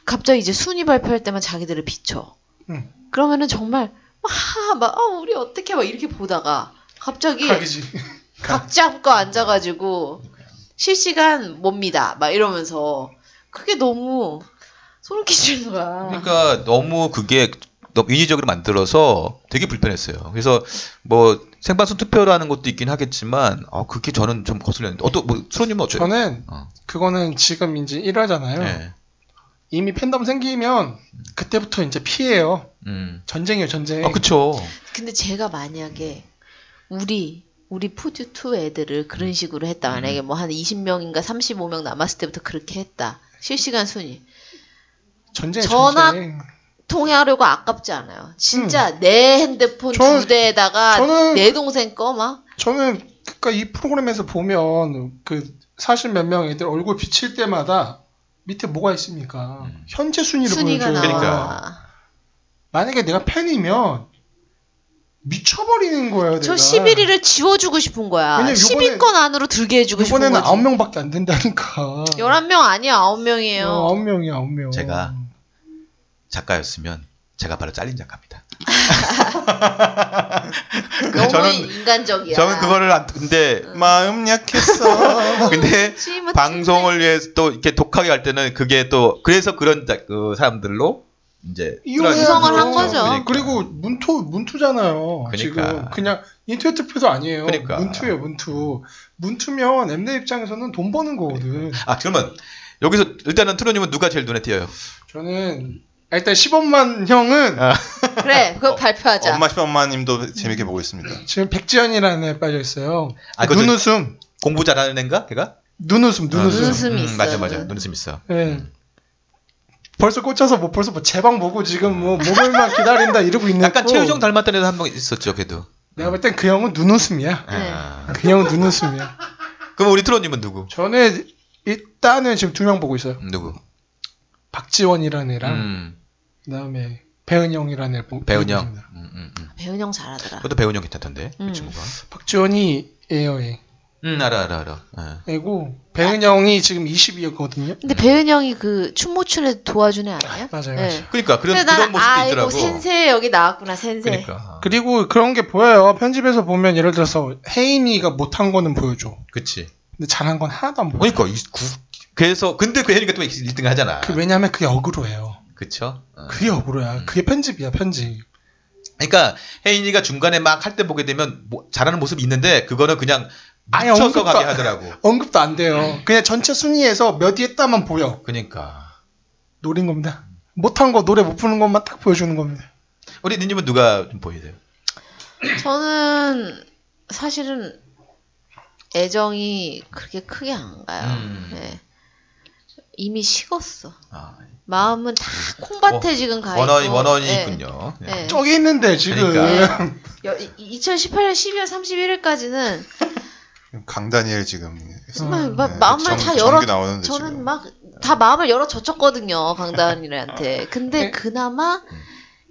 Speaker 1: 갑자기 이제 순위 발표할 때만 자기들을 비춰.
Speaker 6: 응.
Speaker 1: 그러면은 정말 막막 어, 우리 어떻게 막 이렇게 보다가 갑자기
Speaker 6: 각이지.
Speaker 1: 각자 잡고 앉아가지고 실시간 뭡니다 막 이러면서 그게 너무 소름 끼치는 거야.
Speaker 5: 그러니까 너무 그게 너무 인위적으로 만들어서 되게 불편했어요. 그래서 뭐 생방송 투표라는 것도 있긴 하겠지만 아 그게 저는 좀 거슬렸는데 어떠 뭐 수로님은 어때요?
Speaker 6: 저는
Speaker 5: 어.
Speaker 6: 그거는 지금 이제 1화잖아요.
Speaker 5: 네.
Speaker 6: 이미 팬덤 생기면 그때부터 이제 피해요.
Speaker 5: 음.
Speaker 6: 전쟁이에요, 전쟁.
Speaker 5: 아 그쵸.
Speaker 1: 근데 제가 만약에 우리 우리 푸듀 투 애들을 그런
Speaker 6: 음.
Speaker 1: 식으로 했다. 만약에 뭐 한 20명인가 35명 남았을 때부터 그렇게 했다. 실시간 순위.
Speaker 6: 전쟁,
Speaker 1: 전화-
Speaker 6: 전쟁.
Speaker 1: 통화하려고 아깝지 않아요. 진짜 내 핸드폰
Speaker 6: 음. 저는-
Speaker 1: 두 대에다가
Speaker 6: 저는-
Speaker 1: 내 동생 거 막.
Speaker 6: 저는 그러니까 이 프로그램에서 보면 그 사실 몇 명 애들 얼굴 비칠 때마다 밑에 뭐가 있습니까?
Speaker 5: 음.
Speaker 6: 현재 순위로
Speaker 1: 순위가
Speaker 6: 보여줘요.
Speaker 1: 나와.
Speaker 6: 그러니까. 만약에 내가 팬이면 미쳐버리는 거예요.
Speaker 1: 저
Speaker 6: 내가.
Speaker 1: 11위를 지워주고 싶은 거야.
Speaker 6: 그러니까. 왜냐면 요번에-
Speaker 1: 10위권 안으로 들게 해주고 싶은
Speaker 6: 이번에는
Speaker 1: 거지.
Speaker 6: 9명밖에 안 된다니까.
Speaker 1: 11명 아니야, 9명이에요.
Speaker 6: 어, 9명이야, 9명.
Speaker 5: 제가 작가였으면 제가 바로
Speaker 1: <laughs>
Speaker 5: 잘린 작가입니다. 네,
Speaker 1: 너무
Speaker 5: 저는-
Speaker 1: 인간적이야.
Speaker 5: 저는 그거를 안 근데
Speaker 4: 마음
Speaker 1: <laughs>
Speaker 4: 약했어.
Speaker 5: 근데
Speaker 1: 찜은
Speaker 5: 방송을 위해서 또 이렇게 독하게 할 때는 그게 또 그래서 그런 자- 그 사람들로 이제
Speaker 6: 이용해야죠.
Speaker 1: 구성을 한 거죠.
Speaker 5: 그러니까.
Speaker 6: 그리고 문투 문투잖아요.
Speaker 5: 그러니까.
Speaker 6: 지금 그냥 인터넷 투표도 아니에요.
Speaker 5: 그러니까.
Speaker 6: 문투예요, 문투. 문투면 엠넷 입장에서는 돈 버는 거거든.
Speaker 5: 아 그러면 여기서 일단은 트로님은 누가 제일 눈에 띄어요?
Speaker 6: 저는 일단 10원만 형은
Speaker 5: 아.
Speaker 1: 찜- <laughs> 그래,
Speaker 5: 어,
Speaker 1: 그거 발표하자.
Speaker 4: 엄마 시엄마님도 재밌게 보고 있습니다.
Speaker 6: 지금 백지연이라는 애 빠져 있어요.
Speaker 5: 아, 그거 아,
Speaker 6: 눈웃음,
Speaker 5: 공부 잘하는 애인가 걔가?
Speaker 6: 눈웃음, 눈웃음.
Speaker 1: 눈웃음. 눈웃음이 있어요.
Speaker 5: 맞아 맞아 눈웃음 있어.
Speaker 6: 예. 벌써 꽂혀서 뭐 벌써 뭐 제방 보고 지금 뭐 모발만 기다린다 이러고 있는.
Speaker 5: 약간
Speaker 6: 거.
Speaker 5: 최유정 닮았던 애도 한 명 있었죠 걔도.
Speaker 6: 내가 볼 땐 그 형은 눈웃음이야.
Speaker 1: 네.
Speaker 5: 아.
Speaker 6: 그 형은 눈웃음이야.
Speaker 5: 그럼 우리 트로님은 누구? 음,
Speaker 6: 저는 일단은 지금 두 명 보고 있어요.
Speaker 5: 누구?
Speaker 6: 박지원이라는 애랑
Speaker 5: 음,
Speaker 6: 그다음에 배은영이라는 애 보-
Speaker 5: 배은영.
Speaker 6: 보고 있습니다.
Speaker 5: 음, 음, 음.
Speaker 1: 배은영 잘하더라.
Speaker 5: 그것도 배은영 괜찮던데
Speaker 1: 음.
Speaker 5: 그 친구가.
Speaker 6: 박지원이 에어에
Speaker 5: 음 알아 알아 알아. 예.
Speaker 6: 그리고 배은영이 지금 20위였거든요.
Speaker 1: 근데 배은영이 그 춤 못 추는 도와준 애 아니야?
Speaker 6: 맞아요, 맞아요.
Speaker 5: 그러니까 그런
Speaker 1: 근데 난
Speaker 5: 그런 모습도
Speaker 1: 아이고
Speaker 5: 있더라고.
Speaker 1: 센세 여기 나왔구나 센세.
Speaker 5: 그러니까. 그,
Speaker 6: 그리고 그런 게 보여요. 편집에서 보면 예를 들어서 혜인이가 못한 거는 보여줘.
Speaker 5: 그치.
Speaker 6: 근데 잘한 건 하나도 안 보여.
Speaker 5: 그러니까 이 구, 그래서 근데 그 혜리가 또 1등 하잖아.
Speaker 6: 그 왜냐하면 그게 억울해요.
Speaker 5: 그쵸? 어.
Speaker 6: 그게 억울해요. 그게 편집이야, 편집.
Speaker 5: 그러니까 혜인이가 중간에 막 할 때 보게 되면 뭐- 잘하는 모습이 있는데 그거는 그냥
Speaker 6: 아예
Speaker 5: 미쳐서
Speaker 6: 언급도
Speaker 5: 가게
Speaker 6: 안-
Speaker 5: 하더라고.
Speaker 6: <laughs>
Speaker 5: 음.
Speaker 6: 언급도 안 돼요. 그냥 전체 순위에서 몇 위 했다만 보여.
Speaker 5: 그러니까
Speaker 6: 노린 겁니다. 못한 거 노래 못 부는 것만 딱 보여주는 겁니다.
Speaker 5: 우리 님님은 누가 좀 보여야 돼요?
Speaker 1: 저는 사실은 애정이 그렇게 크게 안 가요.
Speaker 5: 음.
Speaker 1: 네. 이미 식었어.
Speaker 5: 아,
Speaker 1: 마음은 다 콩밭에 지금 가 있고.
Speaker 5: 어, 원원이
Speaker 1: 네.
Speaker 5: 원원이군요. 네.
Speaker 1: 네.
Speaker 6: 저기 있는데 지금 <laughs>
Speaker 5: 그러니까.
Speaker 1: 여- 이- 2018년 12월 31일까지는
Speaker 4: 강다니엘 지금
Speaker 1: 정말
Speaker 6: 음,
Speaker 1: 막
Speaker 4: 네,
Speaker 1: 마음을
Speaker 4: 정-
Speaker 1: 다 열어.
Speaker 4: 정규 나오는데
Speaker 1: 저는
Speaker 4: 지금.
Speaker 1: 막 다 마음을 열어 젖혔거든요
Speaker 4: 아.
Speaker 1: 강다은이한테. 근데
Speaker 6: 네.
Speaker 1: 그나마
Speaker 4: 음.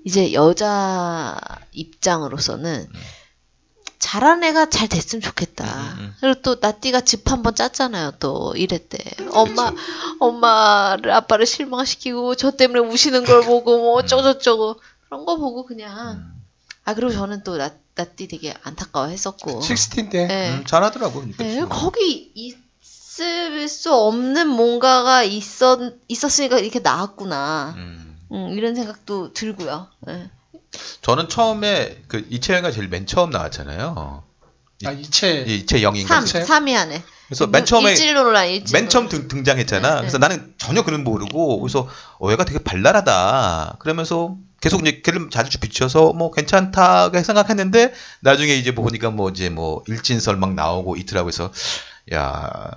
Speaker 1: 이제 여자 입장으로서는
Speaker 4: 음.
Speaker 1: 잘한 애가 잘 됐으면 좋겠다.
Speaker 5: 음, 음, 음.
Speaker 1: 그리고 또 나띠가 집 한번 짰잖아요. 또 이래 때
Speaker 4: 그렇죠.
Speaker 1: 엄마 엄마를 아빠를 실망시키고 저 때문에 우시는 걸 보고
Speaker 4: 음.
Speaker 1: 뭐 어쩌고저쩌고 그런 거 보고 그냥
Speaker 5: 음,
Speaker 1: 아 그리고 저는 또 나, 나띠 되게 안타까워했었고.
Speaker 6: 16 때.
Speaker 1: 네.
Speaker 5: 음, 잘하더라고. 그러니까
Speaker 1: 네,
Speaker 5: 지금.
Speaker 1: 거기 있을 수 없는 뭔가가 있었, 있었으니까 이렇게 나왔구나.
Speaker 5: 음.
Speaker 1: 음, 이런 생각도 들고요. 네.
Speaker 5: 저는 처음에 그 이채영이가 제일 맨 처음 나왔잖아요.
Speaker 6: 아 이채.
Speaker 5: 이 이채영인가.
Speaker 1: 3,
Speaker 5: 그래서
Speaker 6: 그치?
Speaker 1: 3위 안에.
Speaker 5: 그래서 맨 처음에
Speaker 1: 네. 일진로 논란, 일진로.
Speaker 5: 맨 처음 등, 등장했잖아.
Speaker 1: 네, 네.
Speaker 5: 그래서 나는 전혀 그는 모르고 그래서 어, 얘가 되게 발랄하다. 그러면서 계속 이제 걔를 자주 비춰서 뭐 괜찮다 생각했는데 나중에 이제 보니까 뭐 이제 뭐 일진설 막 나오고 이틀하고 해서 야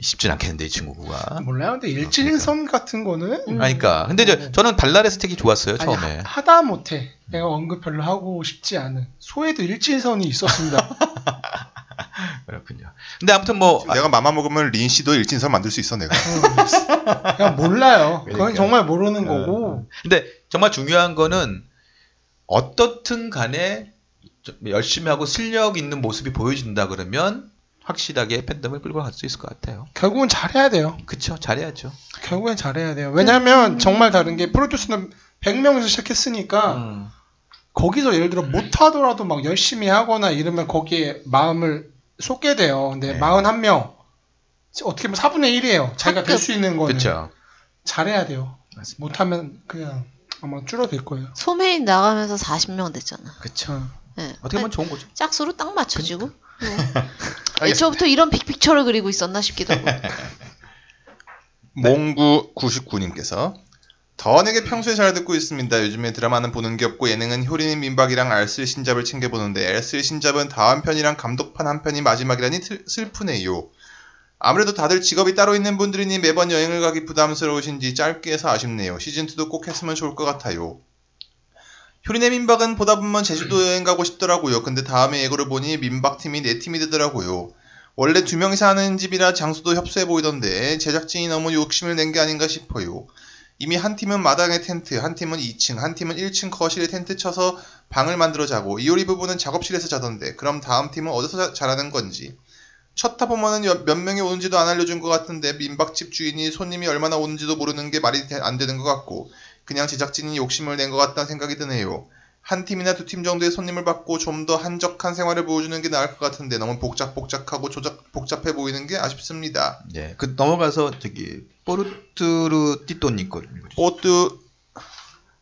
Speaker 5: 쉽진 않겠는데 이 친구가.
Speaker 6: 몰라요. 근데 일진선 같은 거는
Speaker 1: 음.
Speaker 5: 아? 그러니까 근데 이제 저는 발랄해서 되게 좋았어요
Speaker 6: 아니,
Speaker 5: 처음에.
Speaker 6: 하,
Speaker 5: <laughs>
Speaker 6: 다 못해 내가 언급 별로 하고 싶지 않은 소에도 일진선이 있었습니다.
Speaker 5: 아, 그렇군요. 근데 아무튼 뭐 아,
Speaker 4: 내가 맘마 먹으면 린 씨도 일진설 만들 수 있어 내가.
Speaker 6: 그냥 몰라요. 그건
Speaker 5: 그러니까요.
Speaker 6: 정말 모르는
Speaker 5: 어.
Speaker 6: 거고.
Speaker 5: 근데 정말 중요한 거는 어떻든 간에 좀 열심히 하고 실력 있는 모습이 보여진다 그러면 확실하게 팬덤을 끌고 갈 수 있을 것 같아요.
Speaker 6: 결국은 잘해야 돼요.
Speaker 5: 그쵸 잘해야죠.
Speaker 6: 결국엔 잘해야
Speaker 5: 네.
Speaker 6: 돼요. 왜냐면 정말 다른 게 프로듀스는 100명에서 시작했으니까
Speaker 5: 음.
Speaker 6: 거기서 예를 들어 못하더라도 막 열심히 하거나 이러면 거기에 마음을 쏟게 돼요. 근데
Speaker 5: 네.
Speaker 6: 41명 어떻게 보면 4분의 1이에요. 자기가 될 수 있는 거는
Speaker 5: 그쵸.
Speaker 6: 잘해야 돼요.
Speaker 5: 맞습니다.
Speaker 6: 못하면 그냥 아마 줄어들 거예요.
Speaker 1: 소매인 나가면서 40명 됐잖아.
Speaker 5: 그쵸.
Speaker 1: 예.
Speaker 5: 어떻게 보면 그러니까. 좋은 거죠.
Speaker 1: 짝수로 딱 맞춰지고. 네.
Speaker 5: <laughs>
Speaker 4: 알겠습니다.
Speaker 1: 애초부터 이런 빅픽처를 그리고 있었나 싶기도 하고.
Speaker 4: 네. 몽구 99님께서 더원에게 평소에 잘 듣고 있습니다. 요즘에 드라마는 보는 게 없고 예능은 효린 민박이랑 R3 신잡을 챙겨 보는데 R3 신잡은 다음 편이랑 감독판 한 편이 마지막이라니 슬- 슬프네요. 아무래도 다들 직업이 따로 있는 분들이니 매번 여행을 가기 부담스러우신지 짧게 해서 아쉽네요. 시즌2도 꼭 했으면 좋을 것 같아요. 효린의 민박은 보다 보면 제주도 여행 가고 싶더라고요. 근데 다음에 예고를 보니 민박팀이 네 팀이 되더라고요. 원래 두 명이서 하는 집이라 장소도 협소해 보이던데 제작진이 너무 욕심을 낸 게 아닌가 싶어요. 이미 한 팀은 마당에 텐트, 한 팀은 2층, 한 팀은 1층 거실에 텐트 쳐서 방을 만들어 자고 이효리 부부는 작업실에서 자던데 그럼 다음 팀은 어디서 자- 자라는 건지 첫 타보면은 여- 몇 명이 오는지도 안 알려준 것 같은데 민박집 주인이 손님이 얼마나 오는지도 모르는 게 말이 되- 안 되는 것 같고 그냥 제작진이 욕심을 낸 것 같다는 생각이 드네요. 한 팀이나 두 팀 정도의 손님을 받고 좀 더 한적한 생활을 보여주는 게 나을 것 같은데 너무 복잡복잡하고 조작, 복잡해 보이는 게 아쉽습니다.
Speaker 5: 예. 그 넘어가서 저기 포르투르 띠또님 거 읽어주세요.
Speaker 4: 뽀뚜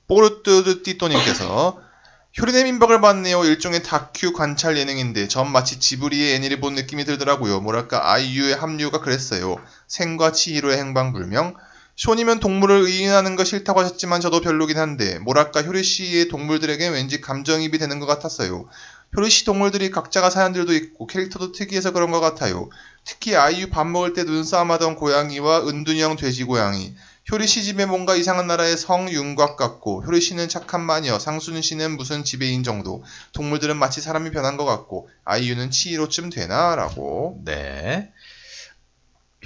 Speaker 4: 뽀르뚜드 띠또님께서 <laughs> 효린의 민박을 봤네요. 일종의 다큐 관찰 예능인데 전 마치 지브리의 애니를 본 느낌이 들더라고요. 뭐랄까 아이유의 합류가 그랬어요. 생과 치히로의 행방불명. 쇼님은 동물을 의인하는 거 싫다고 하셨지만 저도 별로긴 한데 뭐랄까 효리 씨의 동물들에게 왠지 감정입이 되는 것 같았어요. 효리 씨 동물들이 각자가 사연들도 있고 캐릭터도 특이해서 그런 것 같아요. 특히 아이유 밥 먹을 때 눈싸움하던 고양이와 은둔형 돼지고양이. 효리 씨 집에 뭔가 이상한 나라의 성윤곽 같고 효리 씨는 착한 마녀, 상순 씨는 무슨 지배인 정도, 동물들은 마치 사람이 변한 것 같고 아이유는 치이로쯤 되나라고.
Speaker 5: 네.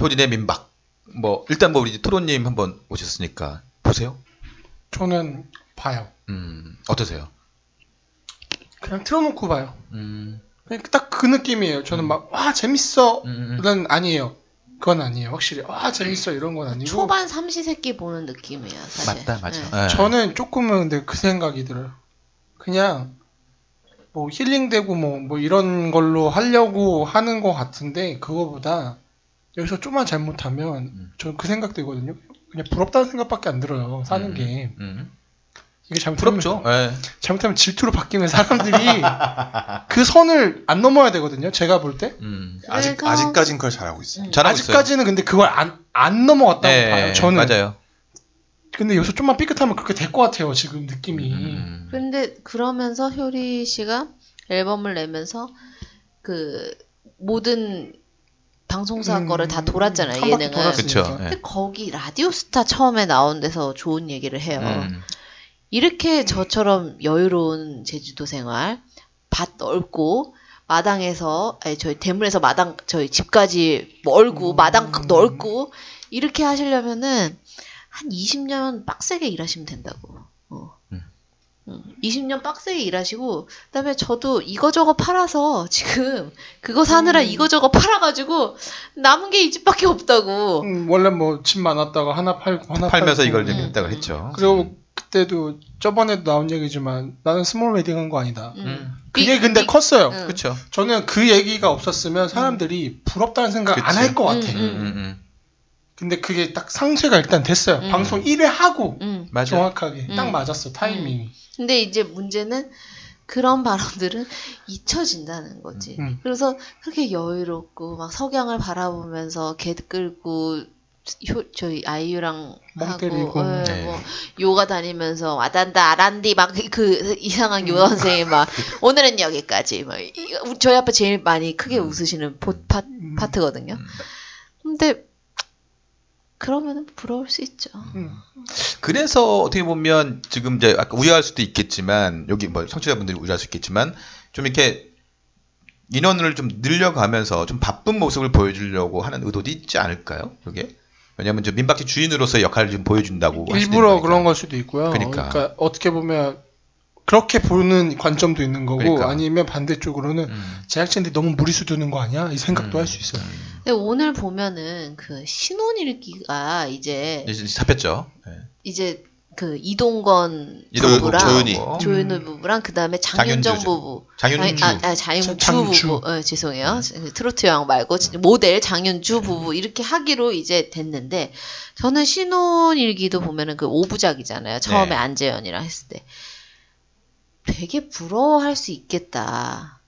Speaker 5: 효진의 민박. 뭐 일단 뭐 우리 토론님 한번 오셨으니까 보세요.
Speaker 6: 저는 봐요.
Speaker 5: 음 어떠세요?
Speaker 6: 그냥 틀어놓고 봐요.
Speaker 5: 음,
Speaker 6: 딱 그 느낌이에요. 저는 막 와 재밌어
Speaker 5: 음, 음.
Speaker 6: 는 아니에요. 그건 아니에요. 확실히 와 재밌어 이런 건 아니고
Speaker 1: 초반 삼시세끼 보는 느낌이에요, 사실.
Speaker 5: 맞다 맞아.
Speaker 1: 예.
Speaker 5: 예.
Speaker 6: 저는 조금은 근데 그 생각이 들어요. 그냥 뭐 힐링되고 뭐, 뭐 이런 걸로 하려고 하는 것 같은데 그거보다 여기서 좀만 잘못하면
Speaker 5: 음.
Speaker 6: 저는 그 생각 들거든요. 그냥 부럽다는 생각밖에 안 들어요. 사는
Speaker 5: 음,
Speaker 6: 게
Speaker 5: 음.
Speaker 6: 이게 잘못하면
Speaker 5: 부럽죠. 예.
Speaker 6: 잘못하면 질투로 바뀌는 사람들이 그 선을 안 넘어야 되거든요. 제가 볼 때.
Speaker 5: 음.
Speaker 4: 아직
Speaker 1: 그래서-
Speaker 4: 아직까진 그걸 잘하고 있어. 요
Speaker 1: 음.
Speaker 5: 잘하고 있어요.
Speaker 6: 아직까지는 근데 그걸 안, 안 넘어갔다고
Speaker 5: 예,
Speaker 6: 봐요.
Speaker 5: 예,
Speaker 6: 저는.
Speaker 5: 맞아요.
Speaker 6: 근데 여기서 좀만 삐끗하면 그렇게 될 것 같아요. 지금 느낌이.
Speaker 5: 음.
Speaker 1: 근데 그러면서 효리 씨가 앨범을 내면서 그 모든 방송사
Speaker 6: 음,
Speaker 1: 거를 다 돌았잖아요,
Speaker 6: 한 바퀴
Speaker 1: 예능을.
Speaker 6: 돌았어요.
Speaker 5: 그쵸.
Speaker 6: 맞습니다.
Speaker 5: 예.
Speaker 1: 근데 거기 라디오스타 처음에 나온 데서 좋은 얘기를 해요.
Speaker 5: 음.
Speaker 1: 이렇게 저처럼 여유로운 제주도 생활, 밭 넓고, 마당에서, 아니, 저희 대문에서 마당, 저희 집까지 멀고,
Speaker 6: 음.
Speaker 1: 마당 넓고, 이렇게 하시려면은, 한 20년 빡세게 일하시면 된다고. 어.
Speaker 6: 네.
Speaker 5: 음.
Speaker 1: 음, 20년 빡세게 일하시고, 그 다음에 저도 이거저거 팔아서, 지금, 그거 사느라
Speaker 6: 음.
Speaker 1: 이거저거 팔아가지고, 남은 게 이 집밖에 없다고.
Speaker 6: 음, 원래 뭐 집 많았다가 하나 팔고 하나
Speaker 5: 팔면서
Speaker 6: 팔고.
Speaker 5: 이걸 좀
Speaker 1: 음.
Speaker 5: 했다고 했죠.
Speaker 6: 그리고 그때도 저번에도 나온 얘기지만 나는 스몰 웨딩 한 거 아니다.
Speaker 1: 음.
Speaker 5: 음.
Speaker 6: 그게
Speaker 1: 빅-
Speaker 6: 근데
Speaker 1: 빅-
Speaker 6: 컸어요.
Speaker 1: 음.
Speaker 5: 그렇죠.
Speaker 6: 저는 그 얘기가 없었으면 사람들이 부럽다는 생각
Speaker 5: 음.
Speaker 6: 안
Speaker 5: 그치.
Speaker 6: 할 것 같아.
Speaker 5: 음, 음, 음.
Speaker 6: 근데 그게 딱 상쇄가 일단 됐어요.
Speaker 1: 음.
Speaker 6: 방송 1회 하고
Speaker 1: 음.
Speaker 5: 맞아. 요
Speaker 6: 정확하게
Speaker 1: 음.
Speaker 6: 딱 맞았어 타이밍이.
Speaker 1: 근데 이제 문제는 그런 발언들은 <laughs> 잊혀진다는 거지.
Speaker 6: 음.
Speaker 1: 그래서 그렇게 여유롭고 막 석양을 바라보면서 개 끌고 효- 저희 아이유랑
Speaker 6: 멍
Speaker 1: 하고
Speaker 6: 때리고.
Speaker 1: 예,
Speaker 5: 네.
Speaker 1: 뭐 요가 다니면서 와단다 아란디 막 <laughs> 그
Speaker 6: 음.
Speaker 1: 이상한 요가 선생이 막 오늘은 여기까지 막 이- 이- 저희 아빠 제일 많이 크게
Speaker 5: 음.
Speaker 1: 웃으시는 보- 파,
Speaker 6: 음.
Speaker 1: 트거든요 근데 그러면은 부러울 수 있죠.
Speaker 6: 음.
Speaker 5: 그래서 어떻게 보면 지금 이제 아까 우려할 수도 있겠지만 여기 뭐 청취자분들이 우려할 수 있겠지만 좀 이렇게 인원을 좀 늘려가면서 좀 바쁜 모습을 보여주려고 하는 의도도 있지 않을까요? 그게? 왜냐하면 저 민박집 주인으로서의 역할을 좀 보여준다고 하시는
Speaker 6: 일부러
Speaker 5: 거니까.
Speaker 6: 그런 걸 수도 있고요.
Speaker 5: 그러니까.
Speaker 6: 그러니까. 어떻게 보면 그렇게 보는 관점도 있는 거고
Speaker 5: 그러니까.
Speaker 6: 아니면 반대쪽으로는
Speaker 5: 음.
Speaker 6: 제작진들이 너무 무리수 두는 거 아니야? 이 생각도
Speaker 5: 음.
Speaker 6: 할 수 있어요.
Speaker 5: 음.
Speaker 1: 근데 오늘 보면은 그 신혼일기가 이제
Speaker 5: 이제 잡혔죠. 네.
Speaker 1: 이제 그 이동건
Speaker 5: 이동국
Speaker 1: 부부랑
Speaker 4: 조윤희.
Speaker 5: 부부하고
Speaker 1: 조윤우 부부랑 그 다음에 장윤정
Speaker 5: 장윤주죠.
Speaker 1: 부부
Speaker 5: 장윤주. 네.
Speaker 1: 아, 아, 장윤주,
Speaker 6: 장윤주.
Speaker 1: 부부. 어, 죄송해요. 트로트 여왕 말고 진- 모델 장윤주 부부 이렇게 하기로 이제 됐는데 저는 신혼일기도 보면은 그 오부작이잖아요. 처음에
Speaker 5: 네.
Speaker 1: 안재현이랑 했을 때 되게 부러워할 수 있겠다.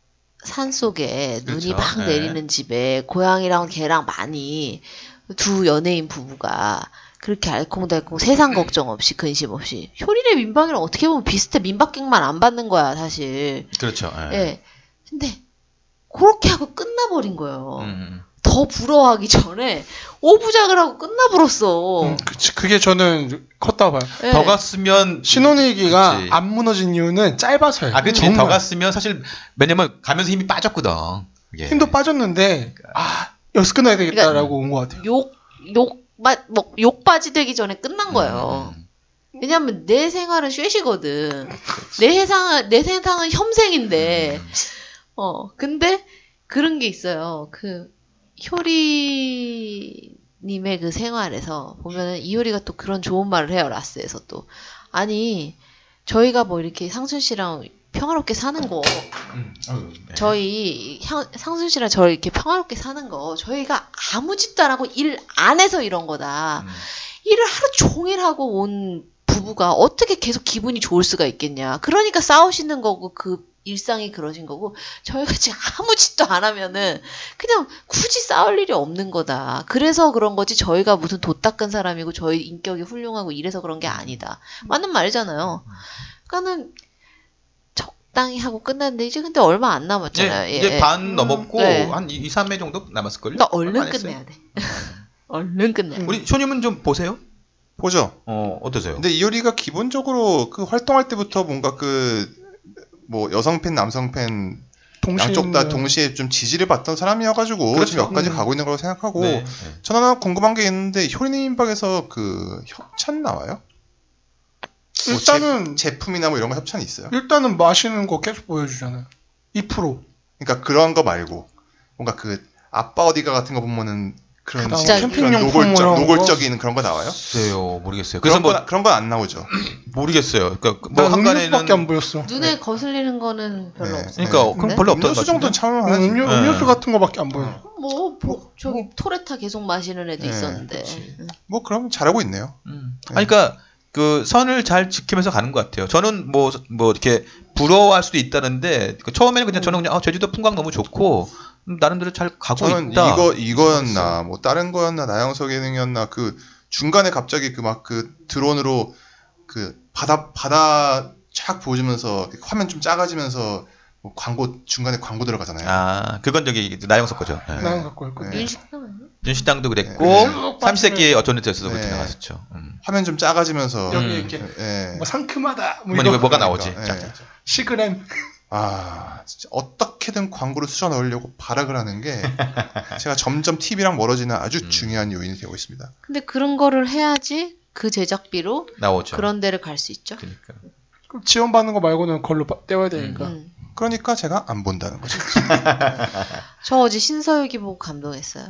Speaker 1: 산 속에 눈이
Speaker 5: 그렇죠.
Speaker 1: 막
Speaker 5: 네.
Speaker 1: 내리는 집에 고양이랑 개랑 많이 두 연예인 부부가 그렇게 알콩달콩 세상 걱정 없이 근심 없이 효린의 민박이랑 어떻게 보면 비슷해 민박객만 안 받는 거야 사실
Speaker 5: 그렇죠. 예.
Speaker 1: 예. 근데 그렇게 하고 끝나버린 거예요.
Speaker 5: 음.
Speaker 1: 더 부러워하기 전에 오부작을 하고 끝나버렸어.
Speaker 6: 음, 그치. 그게 저는 컸다고 봐요.
Speaker 1: 예.
Speaker 5: 더 갔으면
Speaker 6: 신혼일기가
Speaker 5: 음. 그치.
Speaker 6: 안 무너진 이유는 짧아서요.
Speaker 5: 아, 그치.
Speaker 6: 정말.
Speaker 5: 더 갔으면 사실, 왜냐면 가면서 힘이 빠졌거든. 예. 그게.
Speaker 6: 힘도 빠졌는데
Speaker 5: 그러니까.
Speaker 6: 아 여기서 끝나야
Speaker 1: 그러니까.
Speaker 6: 되겠다라고 온 것 같아요.
Speaker 1: 욕, 욕, 마, 뭐, 욕받이 되기 전에 끝난 거예요.
Speaker 5: 음,
Speaker 1: 왜냐면 내 생활은 쇠시거든. 내 세상은, 내 세상은 혐생인데.
Speaker 5: 음.
Speaker 1: 어, 근데 그런 게 있어요. 그, 효리님의 그 생활에서 보면은 이효리가 또 그런 좋은 말을 해요, 라스에서 또. 아니, 저희가 뭐 이렇게 상순 씨랑 평화롭게 사는 거,
Speaker 5: 음. 아유, 네.
Speaker 1: 저희 향- 상순 씨랑 저 이렇게 평화롭게 사는 거, 저희가 아무 짓도 안 하고 일 안 해서 이런 거다.
Speaker 5: 음.
Speaker 1: 일을 하루 종일 하고 온 부부가 어떻게 계속 기분이 좋을 수가 있겠냐. 그러니까 싸우시는 거고 그 일상이 그러신 거고 저희가 지금 <laughs> 아무 짓도 안 하면은 그냥 굳이 싸울 일이 없는 거다. 그래서 그런 거지 저희가 무슨 도 닦은 사람이고 저희 인격이 훌륭하고 이래서 그런 게 아니다. 맞는 말이잖아요. 그러니까는 적당히 하고 끝났는데 이제 근데 얼마 안
Speaker 5: 이제,
Speaker 1: 남았잖아요.
Speaker 5: 네, 이제
Speaker 1: 예.
Speaker 5: 반 넘었고,
Speaker 1: 네.
Speaker 5: 한 2, 3회 정도 남았을걸요?
Speaker 1: 그러니까 얼른
Speaker 5: 음, 얼마 안 했어요? 음.
Speaker 1: 끝내야 돼. <laughs> 얼른 끝내야 돼.
Speaker 5: 우리 쇼님은 좀 보세요.
Speaker 4: 보죠.
Speaker 5: 어, 어떠세요?
Speaker 4: 근데 이효리가 기본적으로 그 활동할 때부터 뭔가 그 뭐 여성 팬, 남성 팬
Speaker 6: 동시에
Speaker 4: 양쪽 다
Speaker 6: 있는-
Speaker 5: 뭐
Speaker 4: 동시에 좀 지지를 받던 사람이어가지고
Speaker 5: 그렇죠.
Speaker 4: 지금 여기까지
Speaker 6: 음.
Speaker 4: 가고 있는 거라고 생각하고
Speaker 5: 네.
Speaker 4: 전 하나 궁금한 게 있는데 효리님 인박에서 그 협찬 나와요? 뭐
Speaker 6: 일단은
Speaker 4: 제, 제품이나 뭐 이런 거 협찬이 있어요?
Speaker 6: 일단은 마시는 거 계속 보여주잖아요. 2%
Speaker 4: 그러니까 그런 거 말고 뭔가 그 아빠 어디가 같은 거 보면은 그런
Speaker 6: 그다음
Speaker 4: 진짜 그런
Speaker 6: 캠핑용 품뭐
Speaker 4: 노골적,
Speaker 6: 이런 거?
Speaker 4: 노골적인 그런 거 나와요?
Speaker 5: 글쎄요, 모르겠어요. 그래서
Speaker 4: 그런
Speaker 5: 뭐,
Speaker 4: 건, 그런 건 안 나오죠.
Speaker 5: 모르겠어요. 그러니까 뭐
Speaker 6: 뭐 음료수밖에
Speaker 5: 한간에는.
Speaker 6: 안 보였어.
Speaker 1: 눈에 거슬리는 거는 별로
Speaker 4: 네.
Speaker 1: 없어.
Speaker 5: 그러니까,
Speaker 1: 네.
Speaker 5: 그럼 별로 없던 것
Speaker 4: 음료수 정도는
Speaker 5: 같은데.
Speaker 6: 음,
Speaker 4: 참을만하지.
Speaker 6: 음료,
Speaker 5: 네.
Speaker 6: 음료수 같은 거밖에 안 보여.
Speaker 1: 뭐, 뭐 저기 토레타 계속 마시는 애도
Speaker 4: 네,
Speaker 1: 있었는데.
Speaker 5: 그치.
Speaker 1: 응.
Speaker 4: 뭐 그럼 잘하고 있네요.
Speaker 5: 음.
Speaker 4: 네.
Speaker 5: 아니, 그러니까 그 선을 잘 지키면서 가는 것 같아요. 저는 뭐 뭐 이렇게 부러워할 수도 있다는데 그 처음에는 그냥 저는 그냥 아, 제주도 풍광 너무 좋고 음, 나름대로 잘 가고
Speaker 4: 저는
Speaker 5: 있다.
Speaker 4: 이거 이거였나 뭐 다른 거였나 나영석 예능이었나 그 중간에 갑자기 그 막 그 드론으로 그 바다 바다 촥 보여주면서 화면 좀 작아지면서 뭐 광고 중간에 광고 들어가잖아요.
Speaker 5: 아 그건 저기 나영석 거죠. 네.
Speaker 6: 나는 갖고 올 거야.
Speaker 4: 네.
Speaker 1: 윤식당 아니야?
Speaker 5: 윤식당도 그랬고
Speaker 4: 네.
Speaker 5: 삼시세끼의 어쩐 데서도 그렇게
Speaker 4: 네.
Speaker 5: 나갔었죠. 음.
Speaker 4: 화면 좀 작아지면서
Speaker 6: 여기
Speaker 5: 음.
Speaker 6: 이렇게
Speaker 4: 예.
Speaker 6: 뭐 상큼하다. 뭐
Speaker 5: 뭐니,
Speaker 6: 이거
Speaker 5: 왜
Speaker 4: 그러니까,
Speaker 5: 뭐가 나오지?
Speaker 4: 예.
Speaker 5: 자, 자,
Speaker 6: 시그램.
Speaker 4: 아 진짜 어떻게든 광고를 쑤셔 넣으려고 발악을 하는
Speaker 5: <laughs>
Speaker 4: 게 제가 점점 TV랑 멀어지는 아주
Speaker 5: 음.
Speaker 4: 중요한 요인이 되고 있습니다.
Speaker 1: 근데 그런 거를 해야지 그 제작비로
Speaker 5: 나오죠.
Speaker 1: 그런 데를 갈 수 있죠.
Speaker 5: 그러니까.
Speaker 6: 그럼 지원받는 거 말고는 걸로 바- 떼어야 되니까.
Speaker 1: 음.
Speaker 4: 그러니까 제가 안 본다는 거죠.
Speaker 1: 저 어제 신서유기 보고 감동했어요.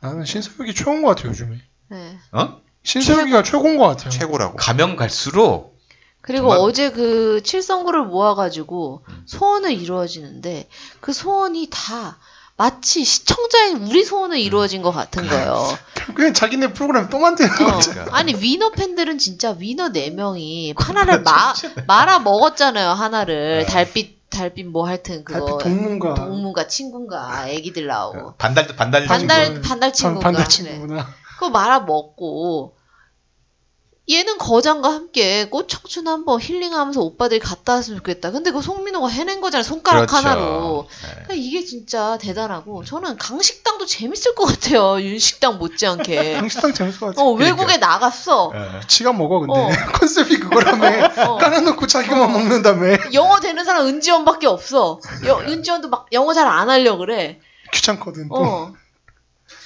Speaker 6: 나는 신서유기 최고인 것 같아요 요즘에.
Speaker 1: 네.
Speaker 5: 어?
Speaker 6: 신서유기가 최고인 것 같아요.
Speaker 4: 최고라고.
Speaker 5: 가면 갈수록
Speaker 1: 그리고
Speaker 5: 정말?
Speaker 1: 어제 그 칠성구를 모아가지고
Speaker 5: 음.
Speaker 1: 소원을 이루어지는데 그 소원이 다 마치 시청자인 우리 소원을 이루어진 것 같은 거예요.
Speaker 6: 결국엔 자기네 프로그램 또 만드는 거.
Speaker 1: 어. 아니 위너 팬들은 진짜 위너 네 명이 하나를 마, 말아 먹었잖아요 하나를 달빛 달빛 뭐 하여튼 그거
Speaker 6: 달빛 동문가.
Speaker 1: 동문가 친구인가 아, 애기들
Speaker 4: 어.
Speaker 1: 나오고
Speaker 5: 반달 반달
Speaker 1: 반달
Speaker 6: 네. 친구.
Speaker 1: 반달 친구인가
Speaker 6: 반달
Speaker 1: 네.
Speaker 6: 친구구나.
Speaker 1: 그거 말아 먹고 얘는 거장과 함께 꽃청춘 한번 힐링하면서 오빠들이 갔다 왔으면 좋겠다 근데 그거 송민호가 해낸 거잖아 손가락
Speaker 5: 그렇죠.
Speaker 6: 그렇죠.
Speaker 1: 하나로
Speaker 5: 네.
Speaker 1: 그러니까 이게 진짜 대단하고 저는 강식당도 재밌을 것 같아요 윤식당
Speaker 6: <laughs>
Speaker 1: 못지않게
Speaker 6: 양식당 재밌을 것 같아. 그러니까.
Speaker 1: 어 외국에 나갔어
Speaker 5: 네.
Speaker 6: 지가 먹어 근데
Speaker 1: 어.
Speaker 6: <laughs> 컨셉이 그거라며
Speaker 1: 어.
Speaker 6: 깔아놓고 자기만 먹는다며.
Speaker 1: 영어 되는 사람 은지원밖에 없어. 여-
Speaker 6: 그러니까.
Speaker 1: 은지원도 막 영어 잘 안 하려 그래.
Speaker 6: <laughs> 귀찮거든. 또.
Speaker 1: 어.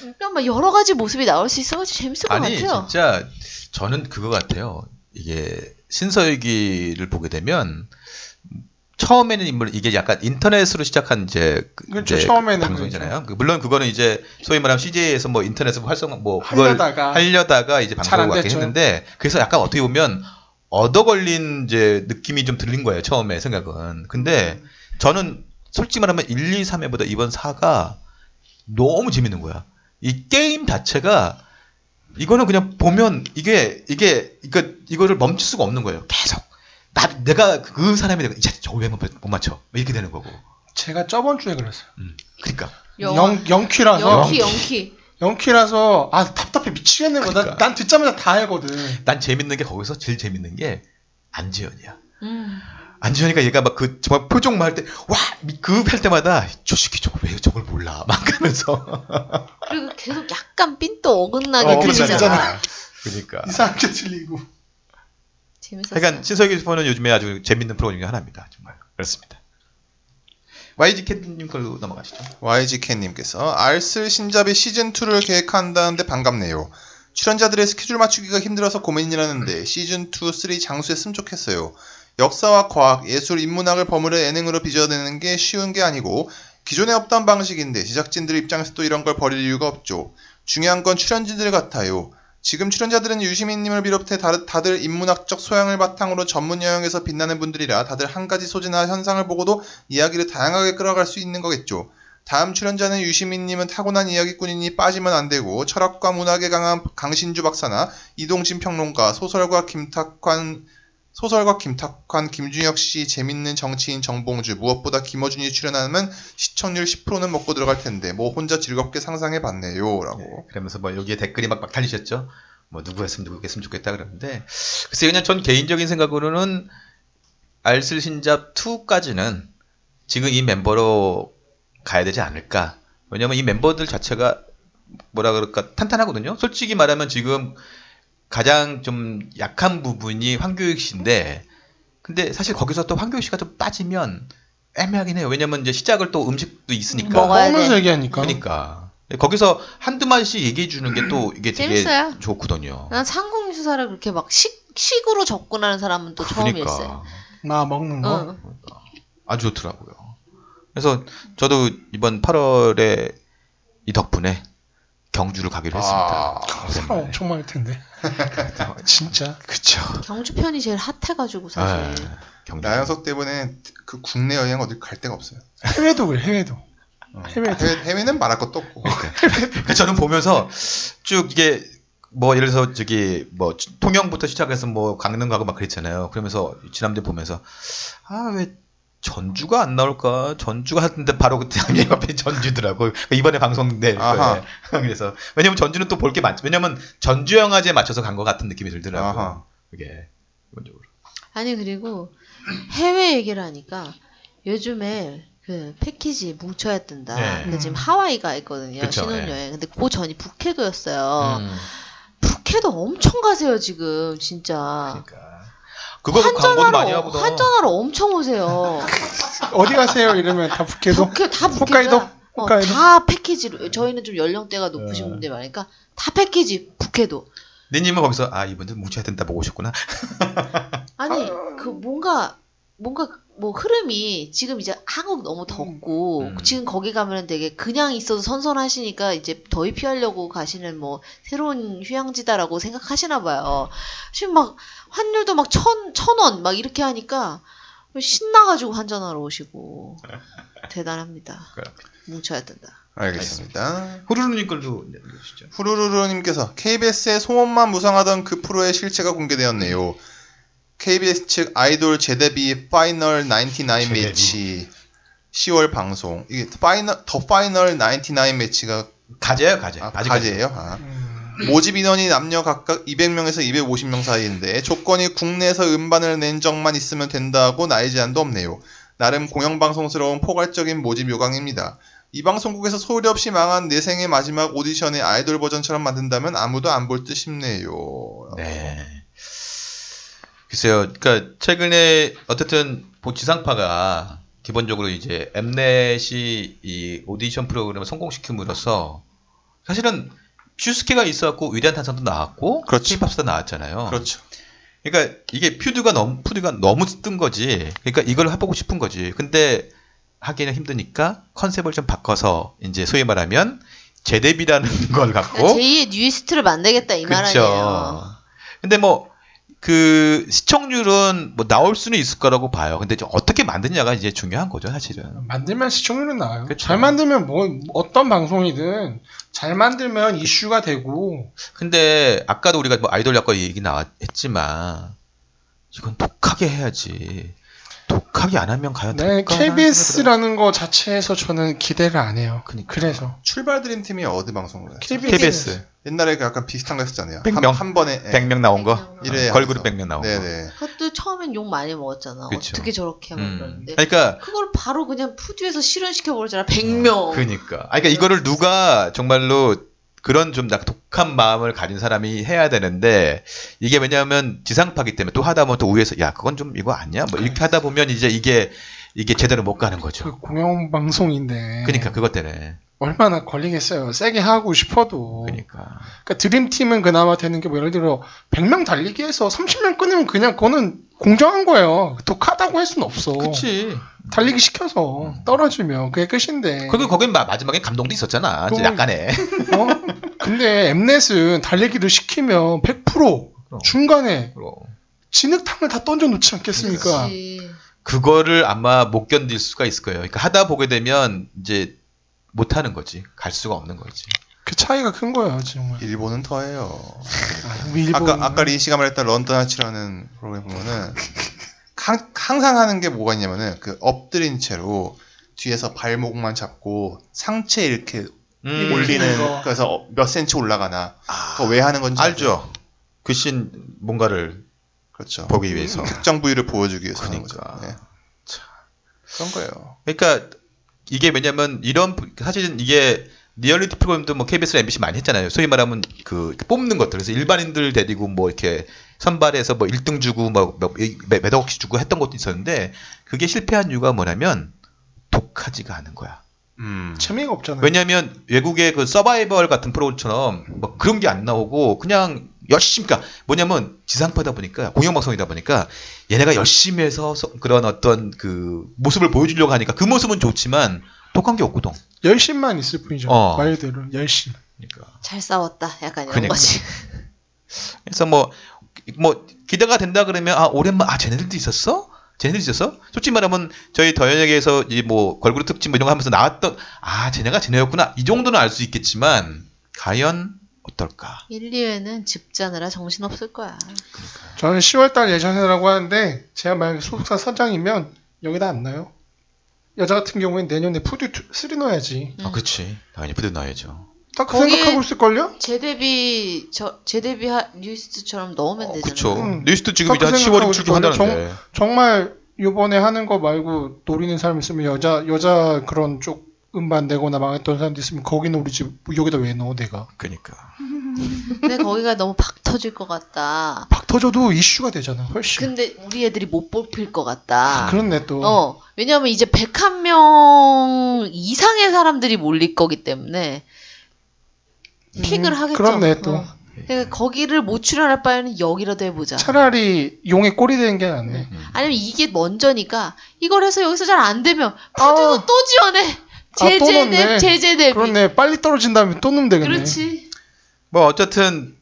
Speaker 1: 그러니까 막 여러 가지 모습이 나올 수 있어가지고 재밌을 것
Speaker 5: 아니
Speaker 1: 같아요.
Speaker 5: 진짜 저는 그거 같아요. 이게 신서유기를 보게 되면 처음에는 인물 이게 약간 인터넷으로 시작한 이제, 그-
Speaker 6: 그렇죠,
Speaker 5: 이제
Speaker 6: 처음에는 그렇죠.
Speaker 5: 방송이잖아요. 그 물론 그거는 이제 소위 말하면 CJ에서 뭐 인터넷 활성 뭐 그걸
Speaker 6: 하려다가
Speaker 5: 하려다가 이제
Speaker 6: 잘
Speaker 5: 방송을
Speaker 6: 안
Speaker 5: 갖게
Speaker 6: 됐죠.
Speaker 5: 했는데 그래서 약간 어떻게 보면 얻어 걸린 이제 느낌이 좀 들린 거예요 처음에 생각은 근데
Speaker 6: 음.
Speaker 5: 저는 솔직히 말하면 1, 2, 3회보다 이번 4가 너무 재밌는 거야 이 게임 자체가 이거는 그냥 보면 이게 이게 이거 이거를 멈출 수가 없는 거예요 계속 나 내가 그 사람이 내가 저왜못 맞춰 이렇게 되는 거고
Speaker 6: 제가 저번 주에 그랬어요.
Speaker 5: 음, 그러니까
Speaker 1: 영어.
Speaker 6: 영, 영키라서
Speaker 1: 영키 영키.
Speaker 6: 영키라서 아 답답해 미치겠는 거야. 나-
Speaker 5: 그러니까.
Speaker 6: 난 듣자마자 다 알거든.
Speaker 5: 난 재밌는 게 거기서 제일 재밌는 게 안재현이야
Speaker 1: 음.
Speaker 5: 안지현이가 얘가 막 그 정말 표정만 할 때 와 그 할 때마다 저 새끼 저거 왜 저걸 몰라 <laughs> 막 하면서
Speaker 1: 그리고 계속 약간 삔또 어긋나게
Speaker 5: 어,
Speaker 1: 들리잖아.
Speaker 6: 어긋나잖아.
Speaker 5: 그러니까
Speaker 6: 이상하게 들리고.
Speaker 1: 재밌었어.
Speaker 5: 그러니까 신서기 스포는 요즘에 아주 재밌는 프로그램 중에 하나입니다 정말 그렇습니다 YG 캔님 걸로 넘어가시죠
Speaker 4: YGK님께서 알쓸 신잡이 시즌2를 계획한다는데 반갑네요. 출연자들의 스케줄 맞추기가 힘들어서 고민이라는데 시즌2, 3 장수했으면 좋겠어요. 역사와 과학, 예술, 인문학을 버무려 예능으로 빚어내는 게 쉬운 게 아니고 기존에 없던 방식인데 제작진들 입장에서 또 이런 걸 버릴 이유가 없죠. 중요한 건 출연진들 같아요. 지금 출연자들은 유시민님을 비롯해 다- 다들 인문학적 소양을 바탕으로 전문 영역에서 빛나는 분들이라 다들 한 가지 소재나 현상을 보고도 이야기를 다양하게 끌어갈 수 있는 거겠죠. 다음 출연자는 유시민님은 타고난 이야기꾼이니 빠지면 안 되고 철학과 문학에 강한 강신주 박사나 이동진 평론가, 소설가 김탁환 소설가 김탁환, 김준혁 씨, 재밌는 정치인 정봉주, 무엇보다 김어준이 출연하면 시청률 10%는 먹고 들어갈 텐데 뭐 혼자 즐겁게 상상해 봤네요라고.
Speaker 5: 예, 그러면서 뭐 여기에 댓글이 막, 막 달리셨죠 뭐 누구 했으면 누구 했으면 좋겠다 그러는데 글쎄 그냥 전 개인적인 생각으로는 알쓸 신잡 2까지는 지금 이 멤버로 가야 되지 않을까. 왜냐면 이 멤버들 자체가 뭐라 그럴까 탄탄하거든요. 솔직히 말하면 지금 가장 좀 약한 부분이 황교익 씨인데 근데 사실 거기서 또 황교익 씨가 좀 빠지면 애매하긴 해요. 왜냐면 이제 시작을 또 음식도 있으니까.
Speaker 1: 먹어야
Speaker 6: 먹으면서
Speaker 1: 돼.
Speaker 6: 얘기하니까.
Speaker 5: 그러니까. 거기서 한두 마디씩 얘기해 주는 게 또 이게 되게
Speaker 1: 재밌어요. 아,
Speaker 5: 좋거든요.
Speaker 1: 난 상공 수사를 그렇게 막 식, 식으로 접근하는 사람은 또 처음이었어요. 어.
Speaker 5: 그러니까.
Speaker 6: 나 먹는 거.
Speaker 1: 응.
Speaker 5: 아주 좋더라고요. 그래서 저도 이번 8월에 이 덕분에 경주를 가기로
Speaker 4: 아,
Speaker 5: 했습니다.
Speaker 6: 사람
Speaker 5: 오랜만에.
Speaker 6: 엄청
Speaker 5: <laughs>
Speaker 6: 많을 텐데. 어, 진짜.
Speaker 5: 그쵸.
Speaker 1: 경주 편이 제일 핫해가지고
Speaker 5: 아,
Speaker 1: 사실.
Speaker 4: 네.
Speaker 5: 경주.
Speaker 4: 나영석 때문에 그 국내 여행 어딜 갈 데가 없어요.
Speaker 6: 해외도 그래 해외도. 해외도.
Speaker 4: 해외, 는 말할 것도 없고.
Speaker 5: 그러니까 저는 보면서 쭉 이게 뭐 예를 들어서 저기 뭐 통영부터 시작해서 뭐 강릉 가고 막 그랬잖아요. 그러면서 지난주 보면서 아 왜 전주가 안 나올까? 전주가 하는데 바로 그때 <laughs> 당연히 옆에 전주더라고. 그러니까 이번에 방송된
Speaker 4: 아하.
Speaker 5: 거예요. <laughs> 그래서 왜냐면 전주는 또 볼 게 많죠. 왜냐면 전주 영화제에 맞춰서 간 것 같은 느낌이 들더라고. 요
Speaker 4: 아하.
Speaker 5: 그게 기본적으로.
Speaker 1: 아니 그리고 해외 얘기를 하니까 요즘에 그 패키지 뭉쳐야 뜬다.
Speaker 5: 네.
Speaker 1: 그 지금
Speaker 6: 음.
Speaker 1: 하와이가 있거든요.
Speaker 5: 그쵸, 예.
Speaker 1: 신혼여행. 근데 그 전이 북해도였어요.
Speaker 5: 음,
Speaker 1: 북해도 엄청 가세요 지금 진짜.
Speaker 5: 그러니까 그거 광고도 많이 하고.
Speaker 1: 환전하러 엄청
Speaker 5: <laughs>
Speaker 1: 오세요.
Speaker 6: 어디 가세요 이러면 다 북해도.
Speaker 5: 뭐?
Speaker 1: 북해 다
Speaker 6: 홋카이도?
Speaker 1: 북해도. 어,
Speaker 6: 홋카이도?
Speaker 1: 다 패키지로 저희는 좀 연령대가 높으신
Speaker 5: 네.
Speaker 1: 분들 많으니까 다 패키지 북해도
Speaker 5: 니님은 거기서 아 이분들 뭉쳐야 된다 보고 오셨구나.
Speaker 1: 아니 그 뭔가 뭔가 뭐 흐름이 지금 이제 한국 너무 덥고
Speaker 5: 음.
Speaker 1: 지금 거기 가면은 되게 그냥 있어도 선선하시니까 이제 더위 피하려고 가시는 뭐 새로운 휴양지다라고 생각하시나 봐요. 지금 막 환율도 막 천, 천 원 막 이렇게 하니까 신나가지고 환전하러
Speaker 5: <laughs>
Speaker 1: 오시고 대단합니다.
Speaker 5: 그러니까.
Speaker 1: 뭉쳐야 된다.
Speaker 4: 알겠습니다.
Speaker 5: 후루루님 걸도 내주시죠.
Speaker 4: 후루루루님께서 KBS의 소문만 무성하던 그 프로의 실체가 공개되었네요. KBS 측 아이돌 재데뷔 파이널 99
Speaker 5: 재데뷔.
Speaker 4: 매치 10월 방송 이게 파이널 더 파이널 99 매치가
Speaker 5: 가재요 가재.
Speaker 4: 아,
Speaker 5: 네, 아직까지.
Speaker 4: 가제예요. 아.
Speaker 6: 음,
Speaker 4: 모집 인원이 남녀 각각 200명에서 250명 사이인데 조건이 국내에서 음반을 낸 적만 있으면 된다고 나이 제한도 없네요. 나름 공영방송스러운 포괄적인 모집 요강입니다. 이 방송국에서 소리 없이 망한 내 생의 마지막 오디션의 아이돌 어. 버전처럼 만든다면 아무도 안 볼 듯 싶네요.
Speaker 5: 네. 글쎄요. 그러니까 최근에 어쨌든 보- 지상파가 기본적으로 이제 엠넷이 이 오디션 프로그램을 성공시킴으로써 사실은 슈스케가 있어갖고 위대한 탄산도 나왔고
Speaker 4: 그렇죠.
Speaker 5: 힙합스도 나왔잖아요.
Speaker 4: 그렇죠.
Speaker 5: 그러니까 이게 퓨드가 너무 퓨드가 너무 뜬 거지. 그러니까 이걸 해보고 싶은 거지. 근데 하기는 힘드니까 컨셉을 좀 바꿔서 이제 소위 말하면 재대비라는 <laughs> 걸
Speaker 1: 그러니까
Speaker 5: 갖고
Speaker 1: 제2의 뉴이스트를 만들겠다 이 말 아니에요.
Speaker 5: 어? 그렇죠. 근데 뭐 그 시청률은 뭐 나올 수는 있을 거라고 봐요. 근데 좀 어떻게 만드냐가 이제 중요한 거죠, 사실은.
Speaker 6: 만들면 시청률은 나와요.
Speaker 5: 그쵸.
Speaker 6: 잘 만들면 뭐 어떤 방송이든 잘 만들면 이슈가 되고
Speaker 5: 근데 아까도 우리가 뭐 아이돌 약과 얘기 나왔지만 이건 독하게 해야지. 독하게 안 하면 과연
Speaker 6: 네,
Speaker 5: 될까? 라는 생각이
Speaker 6: KBS라는 거 자체에서 저는 기대를 안 해요.
Speaker 5: 그러니까.
Speaker 6: 그래서
Speaker 4: 출발 드림팀이 어디 방송을 해요?
Speaker 5: 들어요. KBS
Speaker 4: 옛날에 그 약간 비슷한 거 했었잖아요.
Speaker 5: 백명.
Speaker 4: 한, 한 번에. 예.
Speaker 5: 100명 나온 거.
Speaker 4: 이래야
Speaker 5: 걸그룹
Speaker 4: 하면서.
Speaker 5: 100명 나온 거.
Speaker 4: 네네.
Speaker 1: 그것도 처음엔 욕 많이 먹었잖아.
Speaker 5: 그쵸.
Speaker 1: 어떻게 저렇게 하면
Speaker 5: 음.
Speaker 1: 그러는데.
Speaker 5: 그러니까
Speaker 1: 그걸 바로 그냥 푸드에서 실현시켜 버리잖아. 100명.
Speaker 5: 그니까. 아, 그러니까 이거를 누가 정말로 그런 좀 낙- 독한 마음을 가진 사람이 해야 되는데 이게 왜냐하면 지상파기 때문에 또 하다 보면 또 위에서 야 그건 좀 이거 아니야 뭐 이렇게 하다 보면 이제 이게 이게 제대로 못 가는 거죠.
Speaker 6: 그 공영 방송인데
Speaker 5: 그러니까 그것 때문에.
Speaker 6: 얼마나 걸리겠어요. 세게 하고 싶어도. 그러니까,
Speaker 5: 그러니까.
Speaker 6: 드림팀은 그나마 되는 게 뭐 예를 들어 100명 달리기에서 30명 끊으면 그냥 그거는 공정한 거예요. 독하다고 할 수는 없어.
Speaker 5: 그렇지.
Speaker 6: 달리기 시켜서 떨어지면 그게 끝인데.
Speaker 5: 그리고 거긴 마- 마지막에 감동도 있었잖아. 이제
Speaker 6: 또-
Speaker 5: <laughs> 약간의.
Speaker 6: 어? 근데 엠넷은 달리기를 시키면 100%
Speaker 5: 그럼.
Speaker 6: 중간에
Speaker 5: 그럼.
Speaker 6: 진흙탕을 다 던져 놓지
Speaker 5: 그러니까.
Speaker 6: 않겠습니까?
Speaker 1: 그치.
Speaker 5: 그거를 아마 못 견딜 수가 있을 거예요. 그러니까 하다 보게 되면 이제 못 하는 거지. 갈 수가 없는 거지.
Speaker 6: 그 차이가 큰 거예요, 정말.
Speaker 4: 일본은 더해요.
Speaker 6: 아, 우리 일본
Speaker 4: 아까 아까 린 씨가 말했던 런던 하츠라는 프로그램
Speaker 5: <laughs>
Speaker 4: 보면은 항- 항상 하는 게 뭐가 있냐면은 그 엎드린 채로 뒤에서 발목만 잡고 상체 이렇게
Speaker 5: 음. 아.
Speaker 4: 올리는
Speaker 6: 거.
Speaker 4: 그래서 어- 몇 센치 올라가나 그거 왜 하는 건지
Speaker 5: 어, 알죠. 귀신 뭔가를
Speaker 4: 그렇죠.
Speaker 5: 보기 위해서.
Speaker 4: 특정 부위를 보여주기 위해서 하는 거죠.
Speaker 5: 그러니까.
Speaker 4: 네. 그런 거예요.
Speaker 5: 그러니까 이게 왜냐면 이런 사실은 이게 리얼리티 프로그램도 뭐 KBS, MBC 많이 했잖아요. 소위 말하면 그 뽑는 것들. 그래서 일반인들 데리고 뭐 이렇게 선발해서 뭐 1등 주고 막몇 억씩 주고 했던 것도 있었는데 그게 실패한 이유가 뭐냐면 독하지가 않은 거야.
Speaker 4: 음.
Speaker 6: 재미가 없잖아요.
Speaker 5: 왜냐면 외국의 그 서바이벌 같은 프로처럼 뭐 그런 게 안 나오고 그냥 열심히 그러니까 뭐냐면 지상파다 보니까 공영방송이다 보니까 얘네가 열심히 해서 서- 그런 어떤 그 모습을 보여주려고 하니까 그 모습은 좋지만 독한 게 없거든.
Speaker 6: 열심만 있을 뿐이죠.
Speaker 5: 어.
Speaker 6: 말 그대로 열심.
Speaker 5: 그러니까.
Speaker 1: 잘 싸웠다. 약간 이런
Speaker 5: 그러니까.
Speaker 1: 거지. <laughs>
Speaker 5: 그래서 뭐 뭐 기대가 된다 그러면 아 오랜만 아 쟤네들도 있었어? 쟤네들 있었어? 솔직히 말하면 저희 더 연예계에서 이 뭐 걸그룹 특집 뭐 이런 거 하면서 나왔던 아 쟤네가 쟤네였구나 이 정도는 알 수 있겠지만 과연 어떨까?
Speaker 1: 1, 2회는 집자느라 정신없을 거야.
Speaker 5: 아,
Speaker 6: 저는 10월달 예정이라고 하는데 제가 만약에 소속사 사장이면 여기다 안 나요. 여자 같은 경우엔 내년에 푸드 3 넣어야지.
Speaker 1: 음.
Speaker 5: 아, 그렇지. 당연히 부대 넣어야죠.
Speaker 6: 딱 그
Speaker 1: 거기에-
Speaker 6: 생각하고 있을걸요?
Speaker 1: 제데뷔 저 제데뷔 하- 뉴스처럼 넣으면 되잖아.
Speaker 5: 그렇죠.
Speaker 6: 음.
Speaker 5: 리스트 지금 이제
Speaker 6: 그렇게
Speaker 5: 한 10월에
Speaker 6: 생각하고
Speaker 5: 출격한다는데.
Speaker 6: 정말 요번에 하는 거 말고 노리는 사람 있으면 여자 여자 그런 쪽 음반 내거나 망했던 사람도 있으면 거기 노리지 여기다 왜 넣어 내가
Speaker 5: 그러니까.
Speaker 1: 근데 거기가 너무 박 터질 것 같다.
Speaker 6: 박 터져도 이슈가 되잖아 훨씬
Speaker 1: 근데 우리 애들이 못 뽑힐 것 같다.
Speaker 6: 그렇네 또
Speaker 1: 어, 왜냐면 이제 101명 이상의 사람들이 몰릴 거기 때문에 픽을
Speaker 6: 음,
Speaker 1: 하겠죠.
Speaker 6: 그렇네 또
Speaker 1: 어. 그러니까 거기를 못 출연할 바에는 여기라도 해보자.
Speaker 6: 차라리 용에 꼴이 되는 게 낫네
Speaker 5: 음.
Speaker 1: 아니면 이게 먼저니까 이걸 해서 여기서 잘 안 되면 푸드
Speaker 6: 아,
Speaker 1: 또 지원해.
Speaker 6: 아, 또
Speaker 1: 제재
Speaker 6: 넣네.
Speaker 1: 대 제재 대
Speaker 6: 그렇네 빨리 떨어진 다음에 또 넣으면 되겠네
Speaker 1: 그렇지.
Speaker 5: 뭐 어쨌든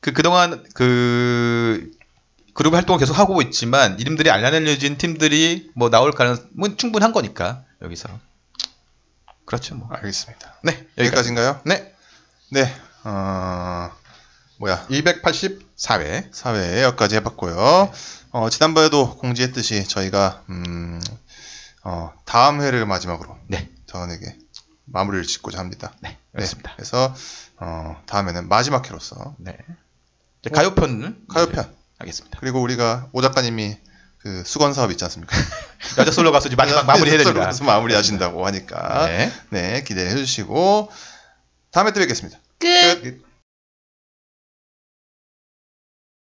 Speaker 5: 그 그동안 그 그룹 활동을 계속 하고 있지만 이름들이 안 알려진 팀들이 뭐 나올 가능성은 충분한 거니까 여기서. 그렇죠
Speaker 4: 아,
Speaker 5: 뭐.
Speaker 4: 알겠습니다.
Speaker 5: 네. 여기까지.
Speaker 4: 여기까지인가요?
Speaker 5: 네.
Speaker 4: 네. 어, 뭐야.
Speaker 5: 284회.
Speaker 4: 사회 여기까지 해봤고요. 어, 지난번에도 공지했듯이 저희가 음, 어, 다음 회를 마지막으로
Speaker 5: 네.
Speaker 4: 저에게 마무리를 짓고자 합니다.
Speaker 5: 네.
Speaker 4: 네,
Speaker 5: 알겠습니다.
Speaker 4: 그래서 어, 다음에는 마지막 회로서
Speaker 5: 네. 이제 가요편 네,
Speaker 4: 가요편
Speaker 5: 하겠습니다.
Speaker 4: 그리고 우리가 오 작가님이 그 수건 사업 있지 않습니까?
Speaker 5: 여자 솔로 가수 이제
Speaker 4: 네,
Speaker 5: 마지막
Speaker 4: <laughs>
Speaker 5: 마무리해야 됩니다.
Speaker 4: 그래서 마무리하신다고 하니까
Speaker 5: 네.
Speaker 4: 네 기대해 주시고 다음에 또 뵙겠습니다.
Speaker 1: 끝.
Speaker 4: 끝.